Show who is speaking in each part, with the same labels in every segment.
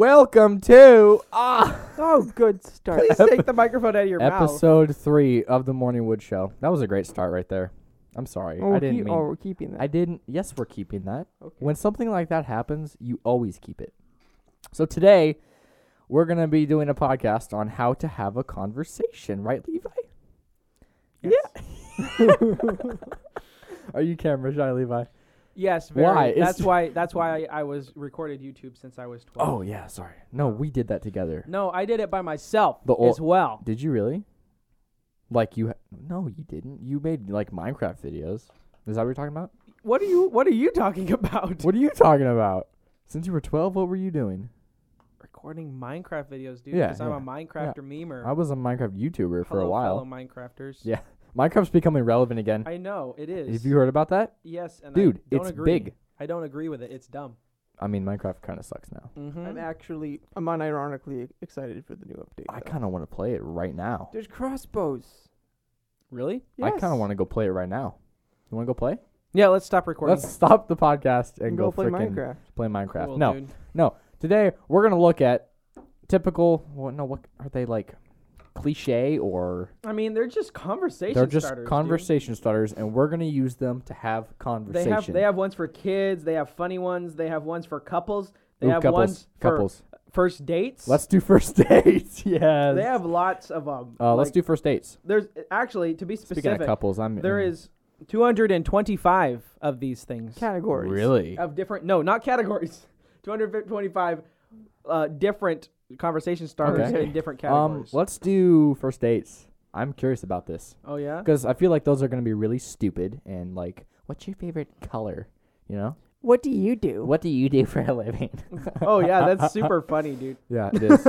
Speaker 1: Welcome to ah
Speaker 2: Oh, good start. Please take the microphone out of your mouth.
Speaker 1: episode three of the Morning Wood Show. That was a great start right there. I'm sorry,
Speaker 2: Oh,
Speaker 1: I
Speaker 2: we're
Speaker 1: didn't
Speaker 2: keep-
Speaker 1: mean.
Speaker 2: oh, we're keeping that.
Speaker 1: I didn't. Yes, we're keeping that.
Speaker 2: Okay.
Speaker 1: When something like that happens, you always keep it. So today, we're gonna be doing a podcast on how to have a conversation, right, Levi? Yeah. Are you camera shy, Levi?
Speaker 2: yes, very.
Speaker 1: Why? It's-
Speaker 2: That's why. That's why I, I was recorded YouTube since I was twelve.
Speaker 1: Oh yeah, sorry. No, we did that together.
Speaker 2: No, I did it by myself
Speaker 1: The ol-
Speaker 2: as well.
Speaker 1: Did you really? Like you? Ha- no, you didn't. You made like Minecraft videos. Is that what you're talking about?
Speaker 2: What are you? What are you talking about?
Speaker 1: What are you talking about? Since you were 12, what were you doing?
Speaker 2: Recording Minecraft videos, dude.
Speaker 1: Yeah,
Speaker 2: Because I'm
Speaker 1: yeah,
Speaker 2: a Minecrafter memer.
Speaker 1: I was a Minecraft YouTuber for
Speaker 2: Hello,
Speaker 1: a while.
Speaker 2: fellow Minecrafters.
Speaker 1: Yeah. Minecraft's becoming relevant again.
Speaker 2: I know it is.
Speaker 1: Have you heard about that?
Speaker 2: yes, and
Speaker 1: Dude,
Speaker 2: I don't
Speaker 1: it's
Speaker 2: agree.
Speaker 1: big.
Speaker 2: I don't agree with it. It's dumb.
Speaker 1: I mean, Minecraft kind of sucks now.
Speaker 3: I'm
Speaker 2: Mm-hmm.
Speaker 3: actually, I'm unironically excited for the new update.
Speaker 1: I
Speaker 3: though.
Speaker 1: kind of want to play it right now.
Speaker 3: There's crossbows.
Speaker 2: Really?
Speaker 1: I kind of want to go play it right now. You want to go play?
Speaker 2: Yeah. Let's stop recording.
Speaker 1: Let's stop the podcast and
Speaker 3: go,
Speaker 1: go,
Speaker 3: play
Speaker 1: frickin'
Speaker 3: Minecraft.
Speaker 1: Play Minecraft.
Speaker 2: Cool,
Speaker 1: no,
Speaker 2: dude.
Speaker 1: today we're gonna look at typical. Well, no, what are they like? Cliche or
Speaker 2: I mean, they're just conversation.
Speaker 1: they're just
Speaker 2: starters, dude.
Speaker 1: conversation starters, and we're gonna use them to have
Speaker 2: They
Speaker 1: conversation.
Speaker 2: have they have ones for kids. They have funny ones. They have ones for couples. They
Speaker 1: Ooh,
Speaker 2: have
Speaker 1: couples,
Speaker 2: ones for
Speaker 1: couples.
Speaker 2: first dates.
Speaker 1: Let's do first dates. yes.
Speaker 2: they have lots of them.
Speaker 1: Uh, let's do first dates.
Speaker 2: There's actually to be
Speaker 1: Speaking of
Speaker 2: specific.
Speaker 1: couples, I'm
Speaker 2: There
Speaker 1: mm,
Speaker 2: is 225 of these things
Speaker 3: Categories.
Speaker 1: really Um,
Speaker 2: of different. No, not categories. 225 uh, different conversation starters
Speaker 1: Okay.
Speaker 2: in different
Speaker 1: um.
Speaker 2: categories.
Speaker 1: Let's do first dates. I'm curious about this
Speaker 2: oh yeah.
Speaker 1: because I feel like those are gonna be really stupid and like, what's your favorite color? You know,
Speaker 3: What do you do?
Speaker 1: what do you do for a living?
Speaker 2: Oh yeah, that's super funny, dude.
Speaker 1: yeah, it is.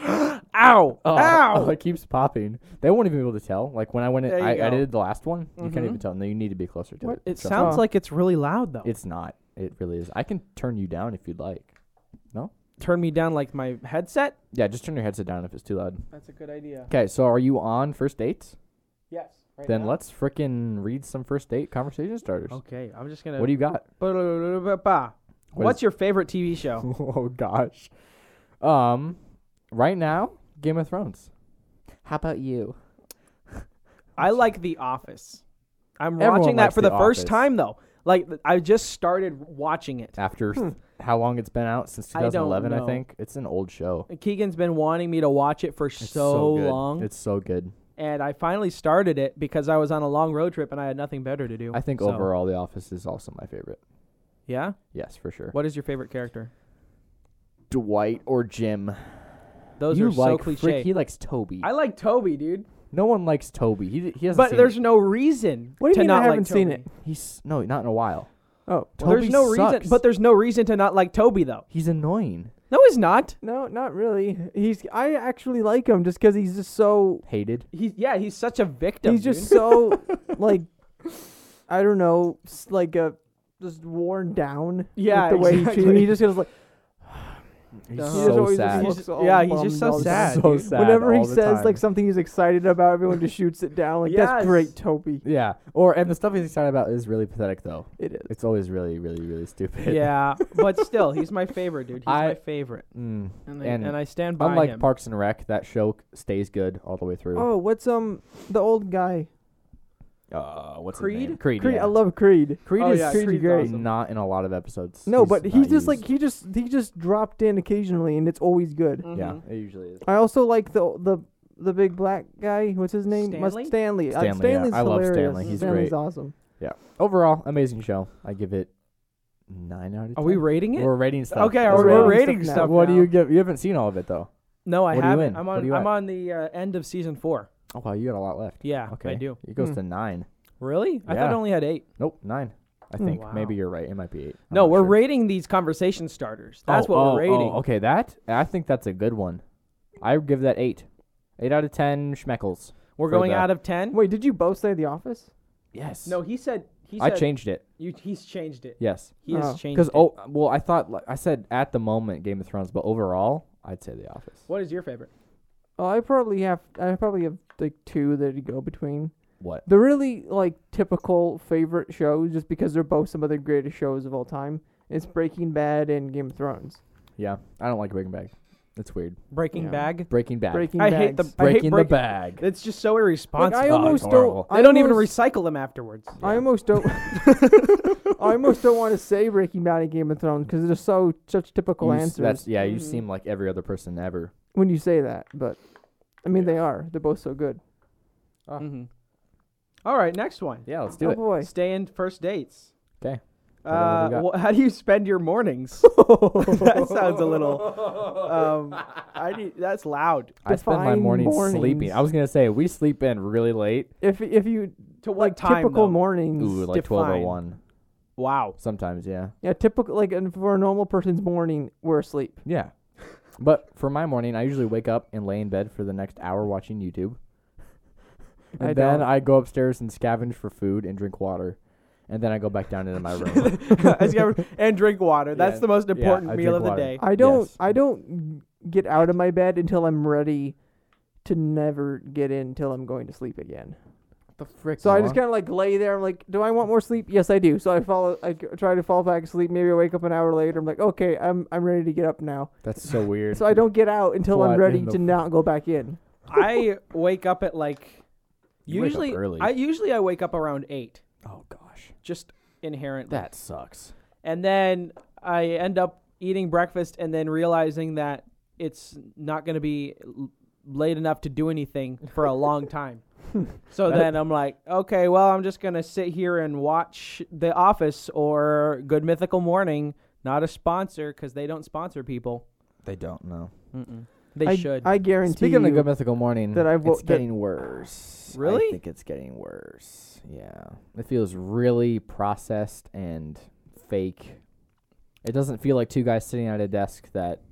Speaker 2: Ow!
Speaker 1: Oh,
Speaker 2: Ow!
Speaker 1: oh, it keeps popping. They won't even be able to tell. Like when I went, in,
Speaker 2: There you
Speaker 1: I
Speaker 2: go.
Speaker 1: edited the last one. You can't
Speaker 2: Mhm.
Speaker 1: even tell. No, you need to be closer to
Speaker 3: What?
Speaker 1: it.
Speaker 2: it
Speaker 1: Trust me.
Speaker 2: sounds
Speaker 3: Oh.
Speaker 2: like it's really loud though.
Speaker 1: It's not. It really is. I can turn you down if you'd like.
Speaker 2: Turn me down like my headset.
Speaker 1: Yeah, just turn your headset down if it's too loud.
Speaker 2: That's a good idea.
Speaker 1: Okay, so are you on first dates?
Speaker 2: Yes. Right
Speaker 1: then
Speaker 2: now.
Speaker 1: let's frickin' read some first date conversation starters.
Speaker 2: Okay, I'm just gonna.
Speaker 1: What do you got?
Speaker 2: Ba-da-da-da-da-ba.
Speaker 1: What
Speaker 2: What's
Speaker 1: is-
Speaker 2: your favorite TV show?
Speaker 1: oh gosh. Um, right now, Game of Thrones. How about you?
Speaker 2: I like The Office. I'm
Speaker 1: Everyone
Speaker 2: watching that
Speaker 1: likes
Speaker 2: for
Speaker 1: The
Speaker 2: the, first
Speaker 1: Office.
Speaker 2: time though. Like th- I just started watching it.
Speaker 1: After how long it's been out since
Speaker 2: Hmm. I don't
Speaker 1: 2011, I,
Speaker 2: know.
Speaker 1: think it's an old show.
Speaker 2: Keegan's been wanting me to watch it for
Speaker 1: It's
Speaker 2: so
Speaker 1: good.
Speaker 2: long,
Speaker 1: It's so good.
Speaker 2: and I finally started it because I was on a long road trip and I had nothing better to do.
Speaker 1: I think
Speaker 2: So,
Speaker 1: overall, The Office is also my favorite.
Speaker 2: Yeah.
Speaker 1: Yes, for sure.
Speaker 2: What is your favorite character?
Speaker 1: Dwight or Jim?
Speaker 2: Those
Speaker 1: you
Speaker 2: are
Speaker 1: like
Speaker 2: so cliche.
Speaker 1: Frick, he likes Toby.
Speaker 2: I like Toby, dude,
Speaker 1: no one likes Toby. He he hasn't.
Speaker 2: but
Speaker 1: seen
Speaker 2: there's
Speaker 1: it.
Speaker 2: no reason
Speaker 3: What do you
Speaker 2: to
Speaker 3: mean I
Speaker 2: not
Speaker 3: haven't
Speaker 2: like
Speaker 3: seen
Speaker 2: Toby.
Speaker 3: it?
Speaker 1: he's no not in a while.
Speaker 3: Oh
Speaker 2: Well, there's
Speaker 1: Toby
Speaker 2: no reason,
Speaker 1: sucks.
Speaker 2: but there's no reason to not like Toby though.
Speaker 1: He's annoying.
Speaker 2: No, he's not.
Speaker 3: no, not really. He's. I actually like him just because he's just so.
Speaker 1: Hated.
Speaker 2: He's yeah, he's such a victim.
Speaker 3: he's just so like, I don't know, s- like a just worn down.
Speaker 2: Yeah,
Speaker 3: with the way he treats.
Speaker 2: exactly.
Speaker 3: He just goes like
Speaker 1: He's
Speaker 2: Uh-huh. He just
Speaker 1: so
Speaker 3: always just
Speaker 1: sad.
Speaker 3: looks
Speaker 2: He's-
Speaker 3: all
Speaker 2: yeah, he's just so
Speaker 3: bummed all the time.
Speaker 2: sad,
Speaker 1: so
Speaker 2: dude.
Speaker 1: sad.
Speaker 3: Whenever he
Speaker 1: all the
Speaker 3: says
Speaker 1: time.
Speaker 3: like something he's excited about, everyone just shoots it down. Like
Speaker 2: Yes.
Speaker 3: that's great, Toby.
Speaker 1: yeah, or and the stuff he's excited about is really pathetic though.
Speaker 3: It is.
Speaker 1: It's always really, really, really stupid.
Speaker 2: yeah, but still, he's my favorite, dude. He's
Speaker 1: I-
Speaker 2: my favorite,
Speaker 1: Mm.
Speaker 2: and I,
Speaker 1: And
Speaker 2: and, I stand by
Speaker 1: Unlike
Speaker 2: him.
Speaker 1: Parks and Rec, that show c- stays good all the way through.
Speaker 3: Oh, what's um the old guy?
Speaker 1: Uh, what's his
Speaker 2: Creed?
Speaker 1: name? Creed.
Speaker 3: Creed.
Speaker 1: yeah.
Speaker 3: I love Creed.
Speaker 1: Creed.
Speaker 2: Oh,
Speaker 1: is
Speaker 2: yeah,
Speaker 1: Creed's
Speaker 2: Creed's
Speaker 1: great.
Speaker 2: awesome.
Speaker 1: Not in a lot of episodes.
Speaker 3: No, but he
Speaker 1: not
Speaker 3: just like
Speaker 1: used.
Speaker 3: he just he just dropped in occasionally, and it's always good.
Speaker 1: yeah,
Speaker 2: Mhm.
Speaker 1: it usually is.
Speaker 3: I also like the the the big black guy. What's his name? Must-
Speaker 2: Stanley?
Speaker 3: Stanley. Like,
Speaker 1: Stanley, yeah.
Speaker 3: Stanley's
Speaker 1: I love
Speaker 3: hilarious.
Speaker 1: Stanley.
Speaker 2: He's
Speaker 3: Stanley's
Speaker 1: great.
Speaker 3: awesome.
Speaker 1: Overall, amazing show. I give it nine out of. 10.
Speaker 2: Are we rating it?
Speaker 1: We're rating stuff.
Speaker 2: okay,
Speaker 3: We're
Speaker 2: are
Speaker 1: as
Speaker 2: we
Speaker 1: well.
Speaker 3: rating
Speaker 2: rating
Speaker 3: stuff
Speaker 2: stuff?
Speaker 3: now.
Speaker 1: What do
Speaker 2: now?
Speaker 1: you give? You haven't seen all of it though.
Speaker 2: No, I
Speaker 1: What are you in?
Speaker 2: haven't. I'm
Speaker 1: What are
Speaker 2: on.
Speaker 1: you
Speaker 2: I'm
Speaker 1: at?
Speaker 2: on the uh, end of season four.
Speaker 1: Oh wow, you got a lot left.
Speaker 2: Yeah,
Speaker 1: Okay,
Speaker 2: I do.
Speaker 1: It goes
Speaker 3: Hmm.
Speaker 1: to nine.
Speaker 2: Really? I
Speaker 1: Yeah.
Speaker 2: thought I only had eight.
Speaker 1: Nope, nine. I
Speaker 3: Hmm.
Speaker 1: think maybe
Speaker 2: Wow.
Speaker 1: you're right. It might be eight. I'm
Speaker 2: no,
Speaker 1: not
Speaker 2: we're
Speaker 1: sure.
Speaker 2: rating these conversation starters. That's
Speaker 1: Oh,
Speaker 2: what
Speaker 1: oh,
Speaker 2: we're rating.
Speaker 1: Oh, okay, that I think that's a good one. I give that eight, eight out of ten schmeckles.
Speaker 2: We're
Speaker 1: For
Speaker 2: going
Speaker 1: the-
Speaker 2: out of ten.
Speaker 3: Wait, did you both say The Office?
Speaker 1: Yes.
Speaker 2: No, he said. He
Speaker 1: I
Speaker 2: said
Speaker 1: changed it.
Speaker 2: You, he's changed it.
Speaker 1: Yes,
Speaker 2: He has
Speaker 3: Oh.
Speaker 2: changed.
Speaker 1: because
Speaker 2: it.
Speaker 1: oh well, I thought like, I said at the moment Game of Thrones, but overall I'd say The Office.
Speaker 2: What is your favorite?
Speaker 3: Oh, I probably have I probably have like two that go between.
Speaker 1: What?
Speaker 3: They're really like typical favorite shows, just because they're both some of the greatest shows of all time. It's Breaking Bad and Game of Thrones.
Speaker 1: Yeah, I don't like Breaking Bag. It's weird.
Speaker 2: Breaking
Speaker 3: Yeah.
Speaker 2: Bag.
Speaker 1: Breaking Bag.
Speaker 3: Breaking
Speaker 2: I
Speaker 3: bags.
Speaker 2: hate the I hate
Speaker 1: Breaking the
Speaker 2: break-
Speaker 1: bag.
Speaker 2: It's just so
Speaker 3: Like,
Speaker 2: irresponsible.
Speaker 3: I almost
Speaker 1: horrible.
Speaker 3: don't.
Speaker 2: they don't even
Speaker 3: almost-
Speaker 2: recycle them afterwards.
Speaker 3: I almost don't. I almost don't want to say Breaking Bad and Game of Thrones because they're so such typical
Speaker 1: You s-
Speaker 3: answers
Speaker 1: that's- yeah, you
Speaker 2: Mhm.
Speaker 1: seem like every other person ever.
Speaker 3: when you say that. But I mean,
Speaker 1: Yeah.
Speaker 3: they are. They're both so good.
Speaker 2: All right, next one.
Speaker 1: Mm-hmm. Yeah, let's do
Speaker 3: oh
Speaker 1: it.
Speaker 3: boy.
Speaker 2: Stay in first dates.
Speaker 1: 'Kay. What
Speaker 2: Uh,
Speaker 1: do we
Speaker 2: wh- how do you spend your mornings? that sounds a little. Um, I need, that's loud.
Speaker 1: I spend my
Speaker 3: Define
Speaker 1: mornings, sleeping.
Speaker 3: mornings.
Speaker 1: I was gonna say we sleep in really late.
Speaker 3: If if you
Speaker 2: To what
Speaker 3: like
Speaker 2: time?
Speaker 3: typical
Speaker 2: though?
Speaker 3: mornings.
Speaker 1: Ooh, like twelve oh one.
Speaker 2: Wow.
Speaker 1: Sometimes, yeah,
Speaker 3: Yeah, typical like and for a normal person's morning, we're asleep.
Speaker 1: yeah. But for my morning, I usually wake up and lay in bed for the next hour watching YouTube, and
Speaker 3: I
Speaker 1: then
Speaker 3: don't.
Speaker 1: I go upstairs and scavenge for food and drink water, and then I go back down into my room.
Speaker 2: As you ever- and drink water. That's
Speaker 1: Yeah.
Speaker 2: the most
Speaker 1: Yeah,
Speaker 2: important
Speaker 1: I
Speaker 2: meal
Speaker 1: drink
Speaker 2: of the
Speaker 1: water.
Speaker 2: day.
Speaker 3: I don't
Speaker 1: Yes.
Speaker 3: I don't get out of my bed until I'm ready to never get in until I'm going to sleep again.
Speaker 1: the frick.
Speaker 3: So I just kind of like lay there. I'm like, do I want more sleep? Yes, I do. So I fall. I g- try to fall back asleep. Maybe I wake up an hour later. I'm like, okay, I'm I'm ready to get up now.
Speaker 1: That's so weird.
Speaker 3: So I don't get out until
Speaker 1: What
Speaker 3: I'm
Speaker 1: in
Speaker 3: ready
Speaker 1: the
Speaker 3: to
Speaker 1: f-
Speaker 3: not go back in.
Speaker 2: I wake up at like
Speaker 1: You wake up
Speaker 2: usually
Speaker 1: early.
Speaker 2: I usually I wake up around 8
Speaker 1: oh gosh,
Speaker 2: just inherently.
Speaker 1: that sucks.
Speaker 2: And then I end up eating breakfast and then realizing that it's not going to be l- late enough to do anything for a long time. so then I'm like, okay, well, I'm just going to sit here and watch The Office or Good Mythical Morning, not a sponsor because they don't sponsor people.
Speaker 1: They don't know.
Speaker 2: They
Speaker 3: I,
Speaker 2: should.
Speaker 3: I guarantee
Speaker 1: Speaking of
Speaker 3: you.
Speaker 1: Good Mythical Morning,
Speaker 3: that I've wo-
Speaker 1: it's
Speaker 3: that-
Speaker 1: getting worse.
Speaker 2: Really?
Speaker 1: I think it's getting worse. Yeah, it feels really processed and fake. It doesn't feel like two guys sitting at a desk that.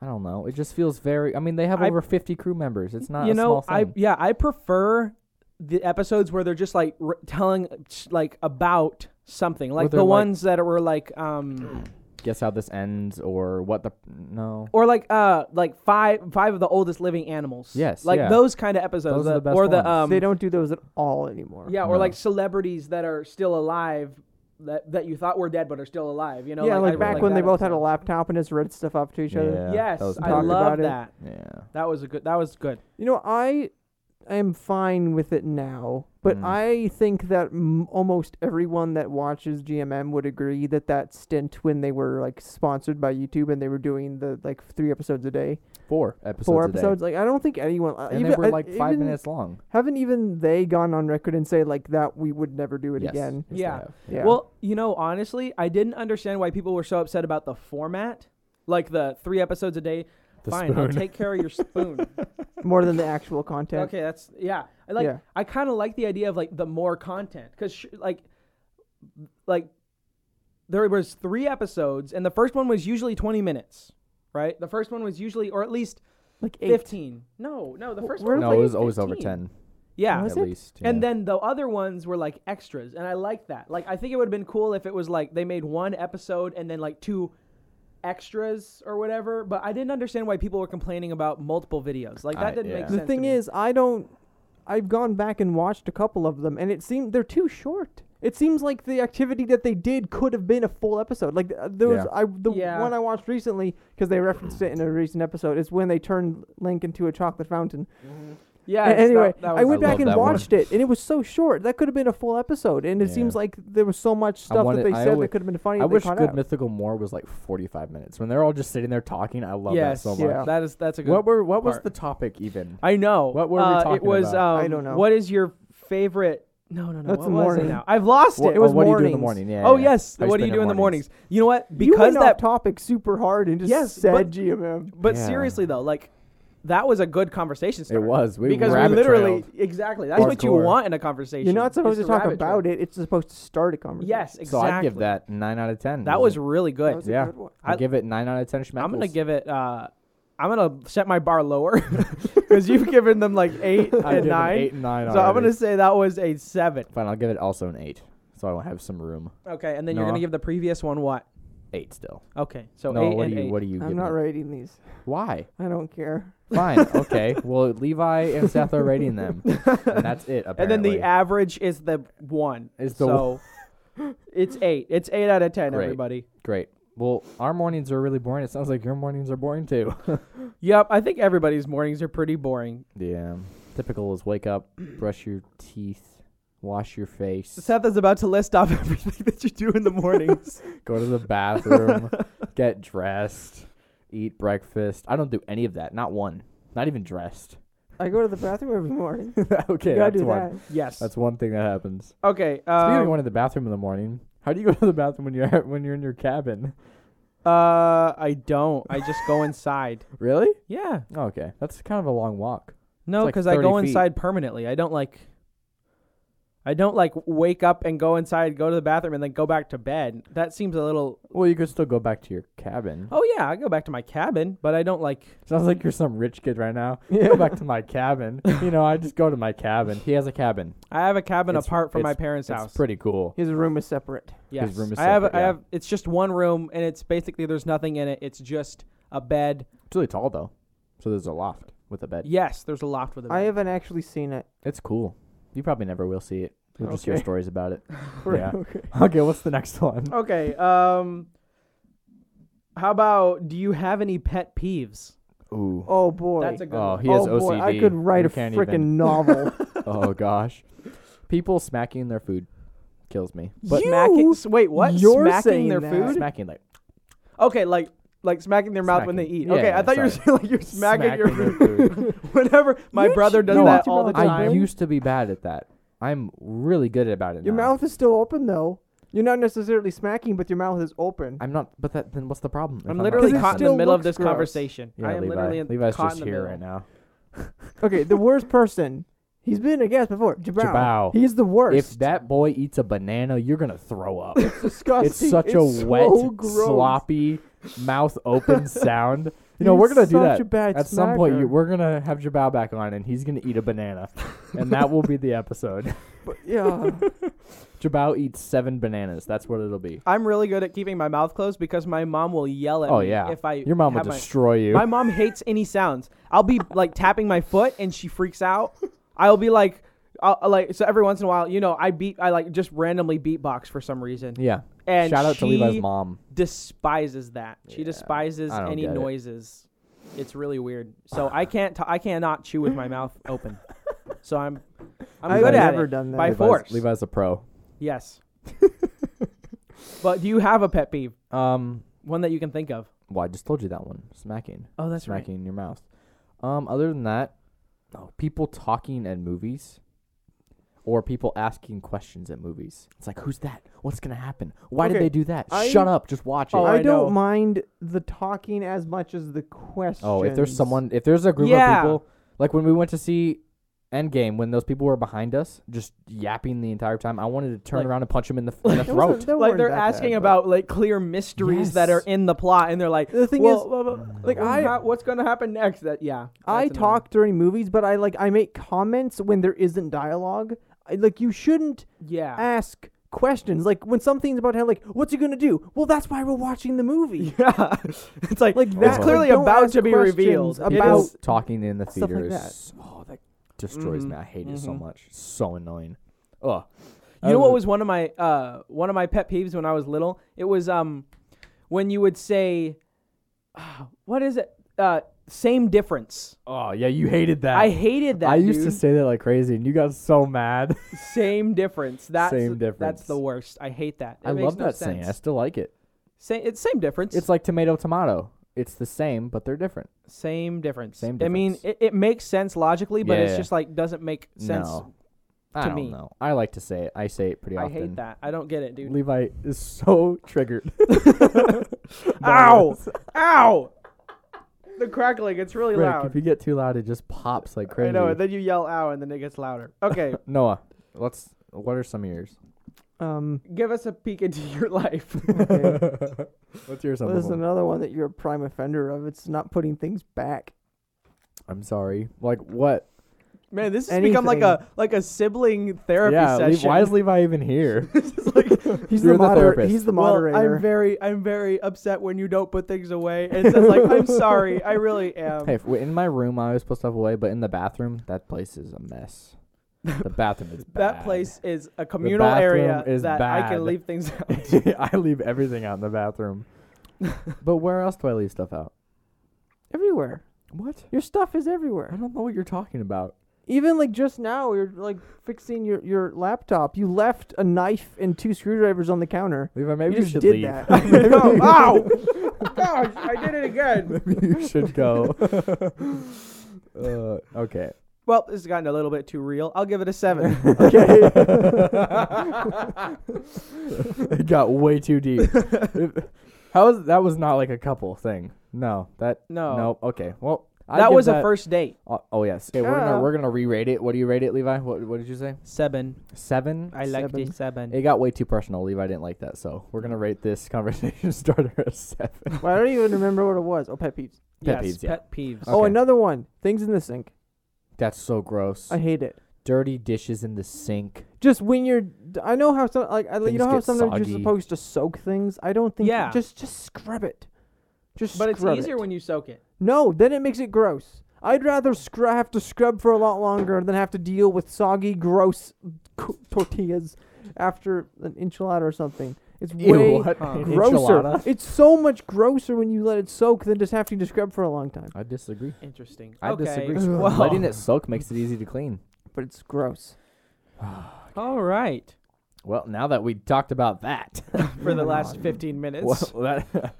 Speaker 1: I don't know. It just feels very. I mean, they have
Speaker 2: I-
Speaker 1: over fifty crew members. It's not
Speaker 2: you
Speaker 1: a
Speaker 2: know,
Speaker 1: small
Speaker 2: I
Speaker 1: thing.
Speaker 2: yeah, I prefer the episodes where they're just like r- telling like about something, like
Speaker 1: they're
Speaker 2: the
Speaker 1: like-
Speaker 2: ones that were like um
Speaker 1: Guess how this ends, or what the no.
Speaker 2: or like uh like five five of the oldest living animals.
Speaker 1: Yes,
Speaker 2: like
Speaker 1: yeah.
Speaker 2: those kind of episodes.
Speaker 1: Those are the
Speaker 2: that-
Speaker 1: best
Speaker 2: or the
Speaker 1: ones.
Speaker 2: um
Speaker 3: they don't do those at all anymore.
Speaker 2: yeah, or
Speaker 1: No.
Speaker 2: like celebrities that are still alive that that you thought were dead but are still alive. You know,
Speaker 3: yeah, like,
Speaker 2: I-
Speaker 3: back
Speaker 1: like
Speaker 3: when they
Speaker 2: that
Speaker 3: both had a
Speaker 2: episode.
Speaker 3: laptop and just read stuff up to each other.
Speaker 1: Yeah,
Speaker 2: Yes,
Speaker 1: that was
Speaker 2: I
Speaker 1: dark.
Speaker 2: love
Speaker 3: About it.
Speaker 2: that.
Speaker 1: Yeah.
Speaker 2: That was a good. That was good.
Speaker 3: You know, I am fine with it now, but
Speaker 1: Mm.
Speaker 3: I think that m- almost everyone that watches GMM would agree that that stint when they were like sponsored by YouTube and they were doing the like three episodes a day,
Speaker 1: Four episodes.
Speaker 3: four
Speaker 1: a day.
Speaker 3: episodes, like I don't think anyone uh,
Speaker 1: and
Speaker 3: even,
Speaker 1: they were
Speaker 3: uh,
Speaker 1: like five
Speaker 3: even-
Speaker 1: minutes long.
Speaker 3: Haven't even they gone on record and say like that we would never do it
Speaker 1: Yes.
Speaker 3: again?
Speaker 1: Yes, they
Speaker 2: Yeah.
Speaker 1: have.
Speaker 3: Yeah.
Speaker 2: Well, you know, honestly, I didn't understand why people were so upset about the format, like the three episodes a day.
Speaker 1: The
Speaker 2: Fine, I'll
Speaker 1: spoon.
Speaker 2: take care of your spoon.
Speaker 3: More than the actual content.
Speaker 2: okay, that's yeah. I like
Speaker 3: Yeah.
Speaker 2: I kind of like the idea of like the more content because sh- like like there was three episodes and the first one was usually 20 minutes right the first one was usually or at least
Speaker 3: Like eight.
Speaker 2: 15 no no the
Speaker 3: Wh-
Speaker 2: first
Speaker 3: where
Speaker 2: one
Speaker 3: the
Speaker 1: No,
Speaker 3: like
Speaker 1: it was always over
Speaker 2: 15.
Speaker 1: ten.
Speaker 2: yeah
Speaker 3: Was
Speaker 1: at
Speaker 3: it?
Speaker 1: least. yeah.
Speaker 2: and then the other ones were like extras and i like that like i think it would have been cool if it was like they made one episode and then like two extras or whatever but i didn't understand why people were complaining about multiple videos like that
Speaker 1: I-
Speaker 2: didn't
Speaker 1: yeah.
Speaker 2: make
Speaker 1: The
Speaker 2: sense
Speaker 3: The
Speaker 2: to
Speaker 3: thing
Speaker 2: me.
Speaker 3: is, I don't. I've gone back and watched a couple of them, and it seemed they're too short. It seems like the activity that they did could have been a full episode. Like uh, there was
Speaker 1: Yeah.
Speaker 3: I the
Speaker 2: Yeah.
Speaker 3: one I watched recently because they referenced it in a recent episode is when they turned Link into a chocolate fountain.
Speaker 2: Mm-hmm. yeah
Speaker 3: A- anyway, I went
Speaker 1: I
Speaker 3: back
Speaker 1: love
Speaker 3: and
Speaker 1: that one.
Speaker 3: watched it, and it was so short that could have been a full episode. And it
Speaker 1: Yeah.
Speaker 3: seems like there was so much stuff
Speaker 1: wanted-
Speaker 3: that they
Speaker 1: I
Speaker 3: said
Speaker 1: alwa-
Speaker 3: that could have been funny.
Speaker 1: I
Speaker 3: that they
Speaker 1: wish
Speaker 3: caught
Speaker 1: Good
Speaker 3: out.
Speaker 1: Mythical More was like 45 minutes. When they're all just sitting there talking, I love
Speaker 2: yes,
Speaker 1: that so
Speaker 3: yeah.
Speaker 1: much.
Speaker 2: that is that's a good
Speaker 1: What were what was
Speaker 2: part.
Speaker 1: the topic even?
Speaker 2: I know.
Speaker 1: What were we
Speaker 2: Uh, It
Speaker 1: talking
Speaker 2: was.
Speaker 1: about?
Speaker 2: Um,
Speaker 3: I don't know.
Speaker 2: What is your favorite? No, no, no.
Speaker 3: That's
Speaker 2: what
Speaker 3: the
Speaker 2: was
Speaker 3: morning.
Speaker 2: it now? I've lost
Speaker 1: What-
Speaker 2: it.
Speaker 3: was
Speaker 1: oh, what do you do in the
Speaker 3: mornings.
Speaker 1: morning? Yeah.
Speaker 2: oh
Speaker 1: yeah, yeah.
Speaker 2: yes.
Speaker 1: How you
Speaker 2: What do you
Speaker 1: spend
Speaker 2: do
Speaker 1: your
Speaker 2: in the
Speaker 1: mornings.
Speaker 2: mornings? You know what?
Speaker 3: You
Speaker 2: Because
Speaker 3: went off
Speaker 2: that.
Speaker 3: topic super hard and just
Speaker 2: Yes,
Speaker 3: said
Speaker 2: but-
Speaker 3: GMM.
Speaker 2: But
Speaker 1: Yeah.
Speaker 2: seriously though, like that was a good conversation. Starter.
Speaker 1: was. We
Speaker 2: because we
Speaker 1: rabbit
Speaker 2: literally
Speaker 1: trailed.
Speaker 2: exactly. That's what you
Speaker 1: Hardcore.
Speaker 2: want in a conversation.
Speaker 3: You're not supposed
Speaker 2: It's the
Speaker 3: to talk
Speaker 2: rabbit
Speaker 3: about
Speaker 2: trail.
Speaker 3: it. It's supposed to start a conversation.
Speaker 2: Yes, exactly.
Speaker 1: So I'd give that nine out of ten.
Speaker 2: That was really
Speaker 3: That
Speaker 2: good.
Speaker 3: was a
Speaker 1: Yeah.
Speaker 3: good one.
Speaker 1: I
Speaker 2: I-
Speaker 1: give it nine out of ten. Schmeckles.
Speaker 2: I'm gonna give it. uh I'm gonna set my bar lower because you've given them like eight
Speaker 1: I give
Speaker 2: and
Speaker 1: it
Speaker 2: nine.
Speaker 1: eight and nine.
Speaker 2: so I'm
Speaker 1: already.
Speaker 2: gonna say that was a seven.
Speaker 1: fine. I'll give it also an eight, so I will have some room.
Speaker 2: Okay, and then you're
Speaker 1: Noah?
Speaker 2: gonna give the previous one what?
Speaker 1: Eight still.
Speaker 2: Okay, so
Speaker 1: no,
Speaker 2: eight
Speaker 1: what
Speaker 2: and
Speaker 1: do you
Speaker 2: eight.
Speaker 1: what do you?
Speaker 3: I'm
Speaker 1: give
Speaker 3: not
Speaker 1: it?
Speaker 3: rating these.
Speaker 1: Why?
Speaker 3: I don't care.
Speaker 1: Fine. Okay. well, Levi and Seth are rating them, and that's it. Apparently.
Speaker 2: and then the average is the one.
Speaker 1: Is the
Speaker 2: so it's eight. It's eight out of ten.
Speaker 1: Great.
Speaker 2: Everybody.
Speaker 1: Great. Well, our mornings are really boring. It sounds like your mornings are boring too.
Speaker 2: Yep, I think everybody's mornings are pretty boring.
Speaker 1: yeah. Typical is wake up, brush your teeth, wash your face,
Speaker 2: Seth is about to list off everything that you do in the mornings.
Speaker 1: go to the bathroom, get dressed, eat breakfast. I don't do any of that. Not one. Not even dressed.
Speaker 3: I go to the bathroom every morning.
Speaker 1: okay,
Speaker 3: you gotta
Speaker 1: that's
Speaker 3: do
Speaker 1: one.
Speaker 3: that. Uh,
Speaker 2: yes.
Speaker 1: That's one thing that happens.
Speaker 2: okay.
Speaker 1: Speaking of
Speaker 2: Um,
Speaker 1: going to the bathroom in the morning, how do you go to the bathroom when you're when you're in your cabin?
Speaker 2: uh, I don't. I just go inside.
Speaker 1: Really?
Speaker 2: Yeah.
Speaker 1: Oh, okay, that's kind of a long walk.
Speaker 2: No,
Speaker 1: It's like
Speaker 2: because I
Speaker 1: 30
Speaker 2: go
Speaker 1: feet.
Speaker 2: inside permanently. I don't like. I don't like wake up and go inside, go to the bathroom, and then go back to bed. That seems a little.
Speaker 1: Well, you could still go back to your cabin.
Speaker 2: Oh yeah, I go back to my cabin, but I don't like.
Speaker 1: Sounds like you're some rich kid right now. Go back to my cabin. You know, I just go to my cabin. He has a cabin.
Speaker 2: I have a cabin
Speaker 1: It's-
Speaker 2: apart from my
Speaker 1: it's-
Speaker 2: parents' house.
Speaker 1: It's pretty cool.
Speaker 3: His room is separate.
Speaker 2: yes,
Speaker 1: his room is
Speaker 2: I have.
Speaker 1: separate,
Speaker 2: I
Speaker 1: yeah.
Speaker 2: have. It's just one room, and it's basically there's nothing in it. It's just a bed.
Speaker 1: It's really tall though, so there's a loft with a bed.
Speaker 2: Yes, there's a loft with a bed.
Speaker 3: I haven't actually seen it.
Speaker 1: It's cool. You probably never will see it. You'll just hear
Speaker 3: Okay.
Speaker 1: stories about it.
Speaker 3: Right,
Speaker 1: Yeah.
Speaker 3: okay.
Speaker 1: Okay, what's the next one?
Speaker 2: Okay. Um. How about? Do you have any pet peeves?
Speaker 1: Ooh.
Speaker 3: Oh boy.
Speaker 2: That's a good.
Speaker 1: Oh,
Speaker 2: one.
Speaker 1: he has
Speaker 3: oh boy,
Speaker 1: OCD.
Speaker 3: I could write
Speaker 1: You
Speaker 3: a
Speaker 1: can't
Speaker 3: freaking
Speaker 1: even-
Speaker 3: novel.
Speaker 1: oh gosh, people smacking their food kills me.
Speaker 2: Oh,
Speaker 1: But
Speaker 2: smacking. s- Wait, what?
Speaker 3: You're
Speaker 2: smacking
Speaker 3: saying
Speaker 2: their
Speaker 3: that.
Speaker 2: food?
Speaker 1: smacking like
Speaker 2: Okay, like like smacking their mouth when they
Speaker 1: Smacking.
Speaker 2: eat.
Speaker 1: Yeah,
Speaker 2: okay, I thought you were
Speaker 1: sorry.
Speaker 2: saying like you're smacking, your
Speaker 1: their
Speaker 2: food. Whenever my
Speaker 3: You
Speaker 2: brother
Speaker 3: should
Speaker 2: does
Speaker 3: know
Speaker 2: that
Speaker 3: that.
Speaker 2: all the
Speaker 3: I
Speaker 1: I
Speaker 2: time.
Speaker 3: you-
Speaker 1: used to be bad at that. I'm really good about it
Speaker 3: your
Speaker 1: now.
Speaker 3: mouth is still open though. You're not necessarily smacking, but your mouth is open.
Speaker 1: I'm not. But that then what's the problem? If
Speaker 2: I'm
Speaker 1: not
Speaker 2: literally
Speaker 3: Because it
Speaker 2: caught in
Speaker 1: smacking
Speaker 2: the
Speaker 3: still
Speaker 2: middle of
Speaker 3: looks
Speaker 2: this
Speaker 3: gross.
Speaker 2: conversation.
Speaker 1: Yeah,
Speaker 2: I am
Speaker 1: Levi.
Speaker 2: literally in,
Speaker 1: Levi's
Speaker 2: caught
Speaker 1: just
Speaker 2: in the
Speaker 1: here
Speaker 2: middle.
Speaker 1: right now.
Speaker 3: Okay, the worst person. He's been a guest before. Jabal.
Speaker 1: Jabal.
Speaker 3: He's the worst.
Speaker 1: If that boy eats a banana, you're gonna throw up.
Speaker 3: It's disgusting.
Speaker 1: it's such a
Speaker 3: It's
Speaker 1: wet,
Speaker 3: so gross.
Speaker 1: sloppy, mouth open sound. You know
Speaker 3: You're
Speaker 1: we're gonna do
Speaker 3: such
Speaker 1: that
Speaker 3: a bad
Speaker 1: at some point. You,
Speaker 3: smacker.
Speaker 1: we're gonna have Jabal back on, and he's gonna eat a banana, and that will be the episode.
Speaker 3: But, yeah.
Speaker 1: Jabal eats seven bananas. That's what it'll be.
Speaker 2: I'm really good at keeping my mouth closed because my mom will yell at
Speaker 1: Oh
Speaker 2: me
Speaker 1: yeah,
Speaker 2: if I
Speaker 1: your mom will
Speaker 2: have my,
Speaker 1: destroy you.
Speaker 2: My mom hates any sounds. I'll be like tapping my foot and she freaks out. I'll be like I'll, I'll, like so every once in a while, you know, I beat I like just randomly beatbox for some reason.
Speaker 1: yeah.
Speaker 2: And
Speaker 1: Shout out to Levi's
Speaker 2: she-
Speaker 1: mom.
Speaker 2: despises that. She
Speaker 1: Yeah,
Speaker 2: despises
Speaker 1: I don't
Speaker 2: any
Speaker 1: get it.
Speaker 2: noises. It's really weird. So I can't. T- I cannot chew with my mouth open. So I'm. I'm
Speaker 3: I've
Speaker 2: good at
Speaker 3: never
Speaker 2: it.
Speaker 3: done that.
Speaker 2: By
Speaker 1: Levi's,
Speaker 2: force.
Speaker 1: Levi's a pro.
Speaker 2: Yes. but do you have a pet peeve?
Speaker 1: Um,
Speaker 2: One that you can think of?
Speaker 1: well, I just told you that one. Smacking.
Speaker 2: Oh, that's
Speaker 1: smacking in your mouth. Um, other than that, no, people talking at movies or people asking questions at movies. It's like, who's that? What's gonna happen? Why did
Speaker 3: Okay,
Speaker 1: they do that?
Speaker 3: I-
Speaker 1: Shut up, just watch it.
Speaker 2: Oh,
Speaker 3: I,
Speaker 2: I know.
Speaker 3: don't mind the talking as much as the questions.
Speaker 1: oh, if there's someone, if there's a group
Speaker 2: Yeah.
Speaker 1: of people, like when we went to see Endgame, when those people were behind us, just yapping the entire time, I wanted to turn
Speaker 2: Like-
Speaker 1: around and punch him in the, in the
Speaker 3: That wasn't-
Speaker 1: throat.
Speaker 3: that
Speaker 2: Like
Speaker 3: weren't
Speaker 2: they're
Speaker 3: that
Speaker 2: asking
Speaker 3: bad,
Speaker 2: about like clear mysteries that are
Speaker 1: Yes.
Speaker 2: in the plot, and they're like,
Speaker 3: The thing
Speaker 2: well,
Speaker 3: is-
Speaker 2: well, well, like
Speaker 3: I-
Speaker 2: I, what's going to happen next? That yeah,
Speaker 3: though. I
Speaker 2: that's annoying.
Speaker 3: talk during movies, but I like I make comments when there isn't dialogue. I, like you shouldn't
Speaker 2: Yeah,
Speaker 3: ask questions. Like when something's about how like what's he gonna do? Well, that's why we're watching the movie.
Speaker 2: yeah. it's like,
Speaker 3: Like
Speaker 2: it's
Speaker 3: that.
Speaker 2: clearly
Speaker 3: like, don't
Speaker 2: about
Speaker 3: ask
Speaker 2: to be
Speaker 3: questions
Speaker 2: revealed. It
Speaker 3: About
Speaker 1: People talking in the
Speaker 3: stuff like
Speaker 1: theater is
Speaker 3: that.
Speaker 1: s- oh that destroys me. I hate it so
Speaker 2: Mhm.
Speaker 1: much. It's so annoying. Ugh.
Speaker 2: You know what was one of my uh, one of my pet peeves when I was little? It was um, when you would say, ah, "What is it?" Uh, same difference.
Speaker 1: Oh yeah, you hated that.
Speaker 2: I hated that.
Speaker 1: I used to
Speaker 2: dude.
Speaker 1: say that like crazy, and you got so mad.
Speaker 2: same difference. That's
Speaker 1: Same
Speaker 2: That's
Speaker 1: difference.
Speaker 2: the worst. I hate that. It
Speaker 1: I
Speaker 2: makes
Speaker 1: love
Speaker 2: no
Speaker 1: that
Speaker 2: sense.
Speaker 1: saying. I still like it.
Speaker 2: Sa- it's same difference.
Speaker 1: It's like tomato, tomato. It's the same, but they're different.
Speaker 2: same difference.
Speaker 1: Same
Speaker 2: I mean,
Speaker 1: difference.
Speaker 2: it, it makes sense logically, but it's
Speaker 1: Yeah.
Speaker 2: just like doesn't make sense.
Speaker 1: no, I
Speaker 2: to
Speaker 1: don't
Speaker 2: me.
Speaker 1: know. I like to say it. I say it pretty
Speaker 2: I
Speaker 1: often.
Speaker 2: hate that. I don't get it, dude.
Speaker 1: Levi is so triggered.
Speaker 2: Ow! Ow! The crackling. It's really
Speaker 1: Rick,
Speaker 2: loud.
Speaker 1: if you get too loud, it just pops like crazy.
Speaker 2: I know, and then you yell "ow," and then it gets louder. Okay,
Speaker 1: Noah, let's. What are some of yours?
Speaker 3: Um,
Speaker 2: give us a peek into your life.
Speaker 1: What's yours?
Speaker 3: well,
Speaker 1: Uncle
Speaker 3: there's
Speaker 1: Bob?
Speaker 3: another one that you're a prime offender of. It's not putting things back.
Speaker 1: I'm sorry. Like what?
Speaker 2: Man, this has become like a
Speaker 3: Anything.
Speaker 2: like a sibling therapy
Speaker 1: yeah. Le-
Speaker 2: session.
Speaker 1: why is Levi even here?
Speaker 3: He's
Speaker 1: You're the
Speaker 3: the moderator.
Speaker 1: therapist.
Speaker 3: he's the
Speaker 2: Well,
Speaker 3: moderator.
Speaker 2: I'm very, I'm very upset when you don't put things away. And it's like, I'm sorry, I really am.
Speaker 1: Hey, if we- in my room, I always put stuff away, but in the bathroom, that place is a mess. The bathroom is bad.
Speaker 2: that place is a communal area
Speaker 1: bathroom is
Speaker 2: that I
Speaker 1: bad.
Speaker 2: can leave things out.
Speaker 1: I leave everything out in the bathroom. but where else do I leave stuff out?
Speaker 3: Everywhere.
Speaker 1: What?
Speaker 3: Your stuff is
Speaker 1: I
Speaker 3: everywhere.
Speaker 1: don't know what you're talking about.
Speaker 3: Even like just now, you're like fixing your, your laptop. You left a knife and two screwdrivers on the counter.
Speaker 1: Levi, maybe
Speaker 3: you
Speaker 1: you
Speaker 3: just
Speaker 1: should
Speaker 3: did
Speaker 1: leave.
Speaker 3: that. no, ow! Gosh, I did it again.
Speaker 1: maybe you should go. uh, okay.
Speaker 2: Well, this has gotten a little bit too real. I'll give it a seven.
Speaker 1: it got way too deep. It- How is that was not like a couple thing. No, that
Speaker 2: No.
Speaker 1: no. Okay, well I
Speaker 2: that
Speaker 1: give
Speaker 2: was
Speaker 1: that,
Speaker 2: a first date.
Speaker 1: Oh, oh, yes. Okay, we're
Speaker 3: Yeah.
Speaker 1: gonna we're gonna re-rate it. What do you rate it, Levi? What what did you say?
Speaker 2: Seven.
Speaker 1: Seven.
Speaker 2: I liked it. Seven.
Speaker 1: It got way too personal. Levi didn't like that, so we're gonna rate this conversation starter a seven.
Speaker 3: Well, I don't even remember what it was. Oh, pet peeves.
Speaker 1: Pet
Speaker 2: yes,
Speaker 1: peeves, yeah.
Speaker 2: pet peeves.
Speaker 1: Oh.
Speaker 3: Oh,
Speaker 1: Okay.
Speaker 3: another one. Things in the sink.
Speaker 1: That's so gross.
Speaker 3: I hate it.
Speaker 1: Dirty dishes in the sink.
Speaker 3: Just when you're, d- I know how some like I, you
Speaker 1: Things
Speaker 3: know how
Speaker 1: get
Speaker 3: sometimes
Speaker 1: soggy.
Speaker 3: you're supposed to soak things. I don't think.
Speaker 2: Yeah.
Speaker 3: Just just scrub it. Just.
Speaker 2: But it's
Speaker 3: scrub
Speaker 2: easier
Speaker 3: it.
Speaker 2: when you soak it.
Speaker 3: No, then it makes it gross. I'd rather scr- have to scrub for a lot longer than have to deal with soggy, gross co- tortillas after an enchilada or something. It's way
Speaker 2: huh.
Speaker 1: An
Speaker 3: grosser.
Speaker 1: enchilada?
Speaker 3: It's so much grosser when you let it soak than just having to scrub for a long time.
Speaker 1: I disagree.
Speaker 2: Interesting.
Speaker 1: I
Speaker 2: okay.
Speaker 1: disagree.
Speaker 3: Ugh.
Speaker 2: Well,
Speaker 1: Letting it soak makes it easy to clean.
Speaker 3: But it's gross.
Speaker 2: all right.
Speaker 1: Well, now that we talked about that,
Speaker 2: For the
Speaker 3: Come
Speaker 2: last
Speaker 3: on.
Speaker 2: 15 minutes.
Speaker 1: well, that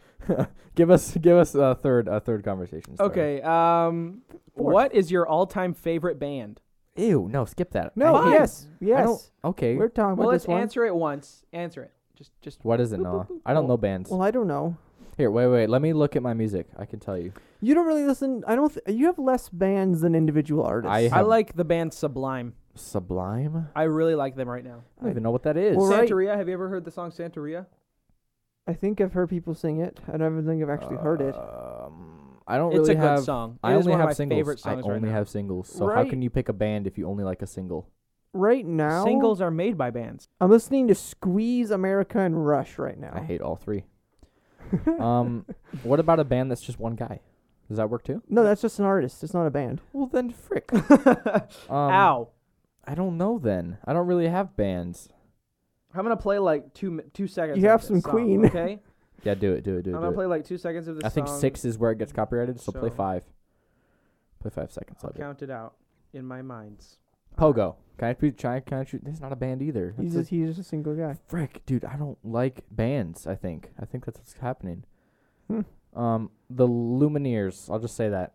Speaker 1: give us give us a third a third conversation. starter.
Speaker 2: okay. Um,
Speaker 3: Fourth.
Speaker 2: what is your all-time favorite band?
Speaker 1: Ew, no, skip that.
Speaker 3: No,
Speaker 1: I hate-
Speaker 3: yes,
Speaker 1: I don't-
Speaker 3: yes.
Speaker 1: Okay.
Speaker 3: We're talking
Speaker 2: Well,
Speaker 3: about
Speaker 2: let's
Speaker 3: this one.
Speaker 2: answer it once. Answer it. Just, just.
Speaker 1: What is it,
Speaker 3: Boop,
Speaker 1: Noah?
Speaker 3: boop, boop.
Speaker 1: I don't know bands.
Speaker 3: Well, I don't know.
Speaker 1: Here, wait, wait. Let me look at my music. I can tell you.
Speaker 3: You don't really listen. I don't. Th- you have less bands than individual artists.
Speaker 1: I
Speaker 2: I
Speaker 1: have-
Speaker 2: like the band Sublime.
Speaker 1: Sublime.
Speaker 2: I really like them right now.
Speaker 1: I don't even know what that is.
Speaker 3: Well, right-
Speaker 2: Santeria. Have you ever heard the song Santeria?
Speaker 3: I think I've heard people sing it. I don't think I've actually heard it.
Speaker 1: Um, I don't
Speaker 2: it's
Speaker 1: really
Speaker 2: a
Speaker 1: have.
Speaker 2: good song. It
Speaker 1: I
Speaker 2: is
Speaker 1: only
Speaker 2: one
Speaker 1: have
Speaker 2: of my
Speaker 1: singles.
Speaker 2: favorite
Speaker 1: I
Speaker 2: songs
Speaker 1: only
Speaker 2: right now.
Speaker 1: have singles. So how
Speaker 3: Right.
Speaker 1: can you pick a band if you only like a single?
Speaker 3: Right now,
Speaker 2: Singles are made by bands.
Speaker 3: I'm listening to Squeeze America and Rush right now.
Speaker 1: I hate all three. um, what about a band that's just one guy? Does that work too?
Speaker 3: No, that's just an artist. It's not a band.
Speaker 1: Well, then frick. Um,
Speaker 2: Ow.
Speaker 1: I don't know. Then I don't really have bands.
Speaker 2: I'm gonna play like two mi- two seconds.
Speaker 3: You
Speaker 2: of
Speaker 3: have
Speaker 2: this
Speaker 3: some
Speaker 2: song,
Speaker 3: Queen.
Speaker 2: okay?
Speaker 1: Yeah, do it, do it, do it.
Speaker 2: I'm
Speaker 1: do
Speaker 2: gonna
Speaker 1: it.
Speaker 2: play like two seconds of this.
Speaker 1: I think
Speaker 2: song.
Speaker 1: six is where it gets copyrighted, so, play
Speaker 2: so-
Speaker 1: five. Play five seconds
Speaker 2: I'll
Speaker 1: of it.
Speaker 2: count it out in my minds.
Speaker 1: Pogo. Can I please try? Can I shoot? This is not a band either.
Speaker 3: He's
Speaker 1: That's
Speaker 3: just, he's just a single guy.
Speaker 1: a- frick, dude. I don't like bands. I think. I think that's what's happening.
Speaker 3: Hmm.
Speaker 1: Um, the Lumineers. I'll just say that.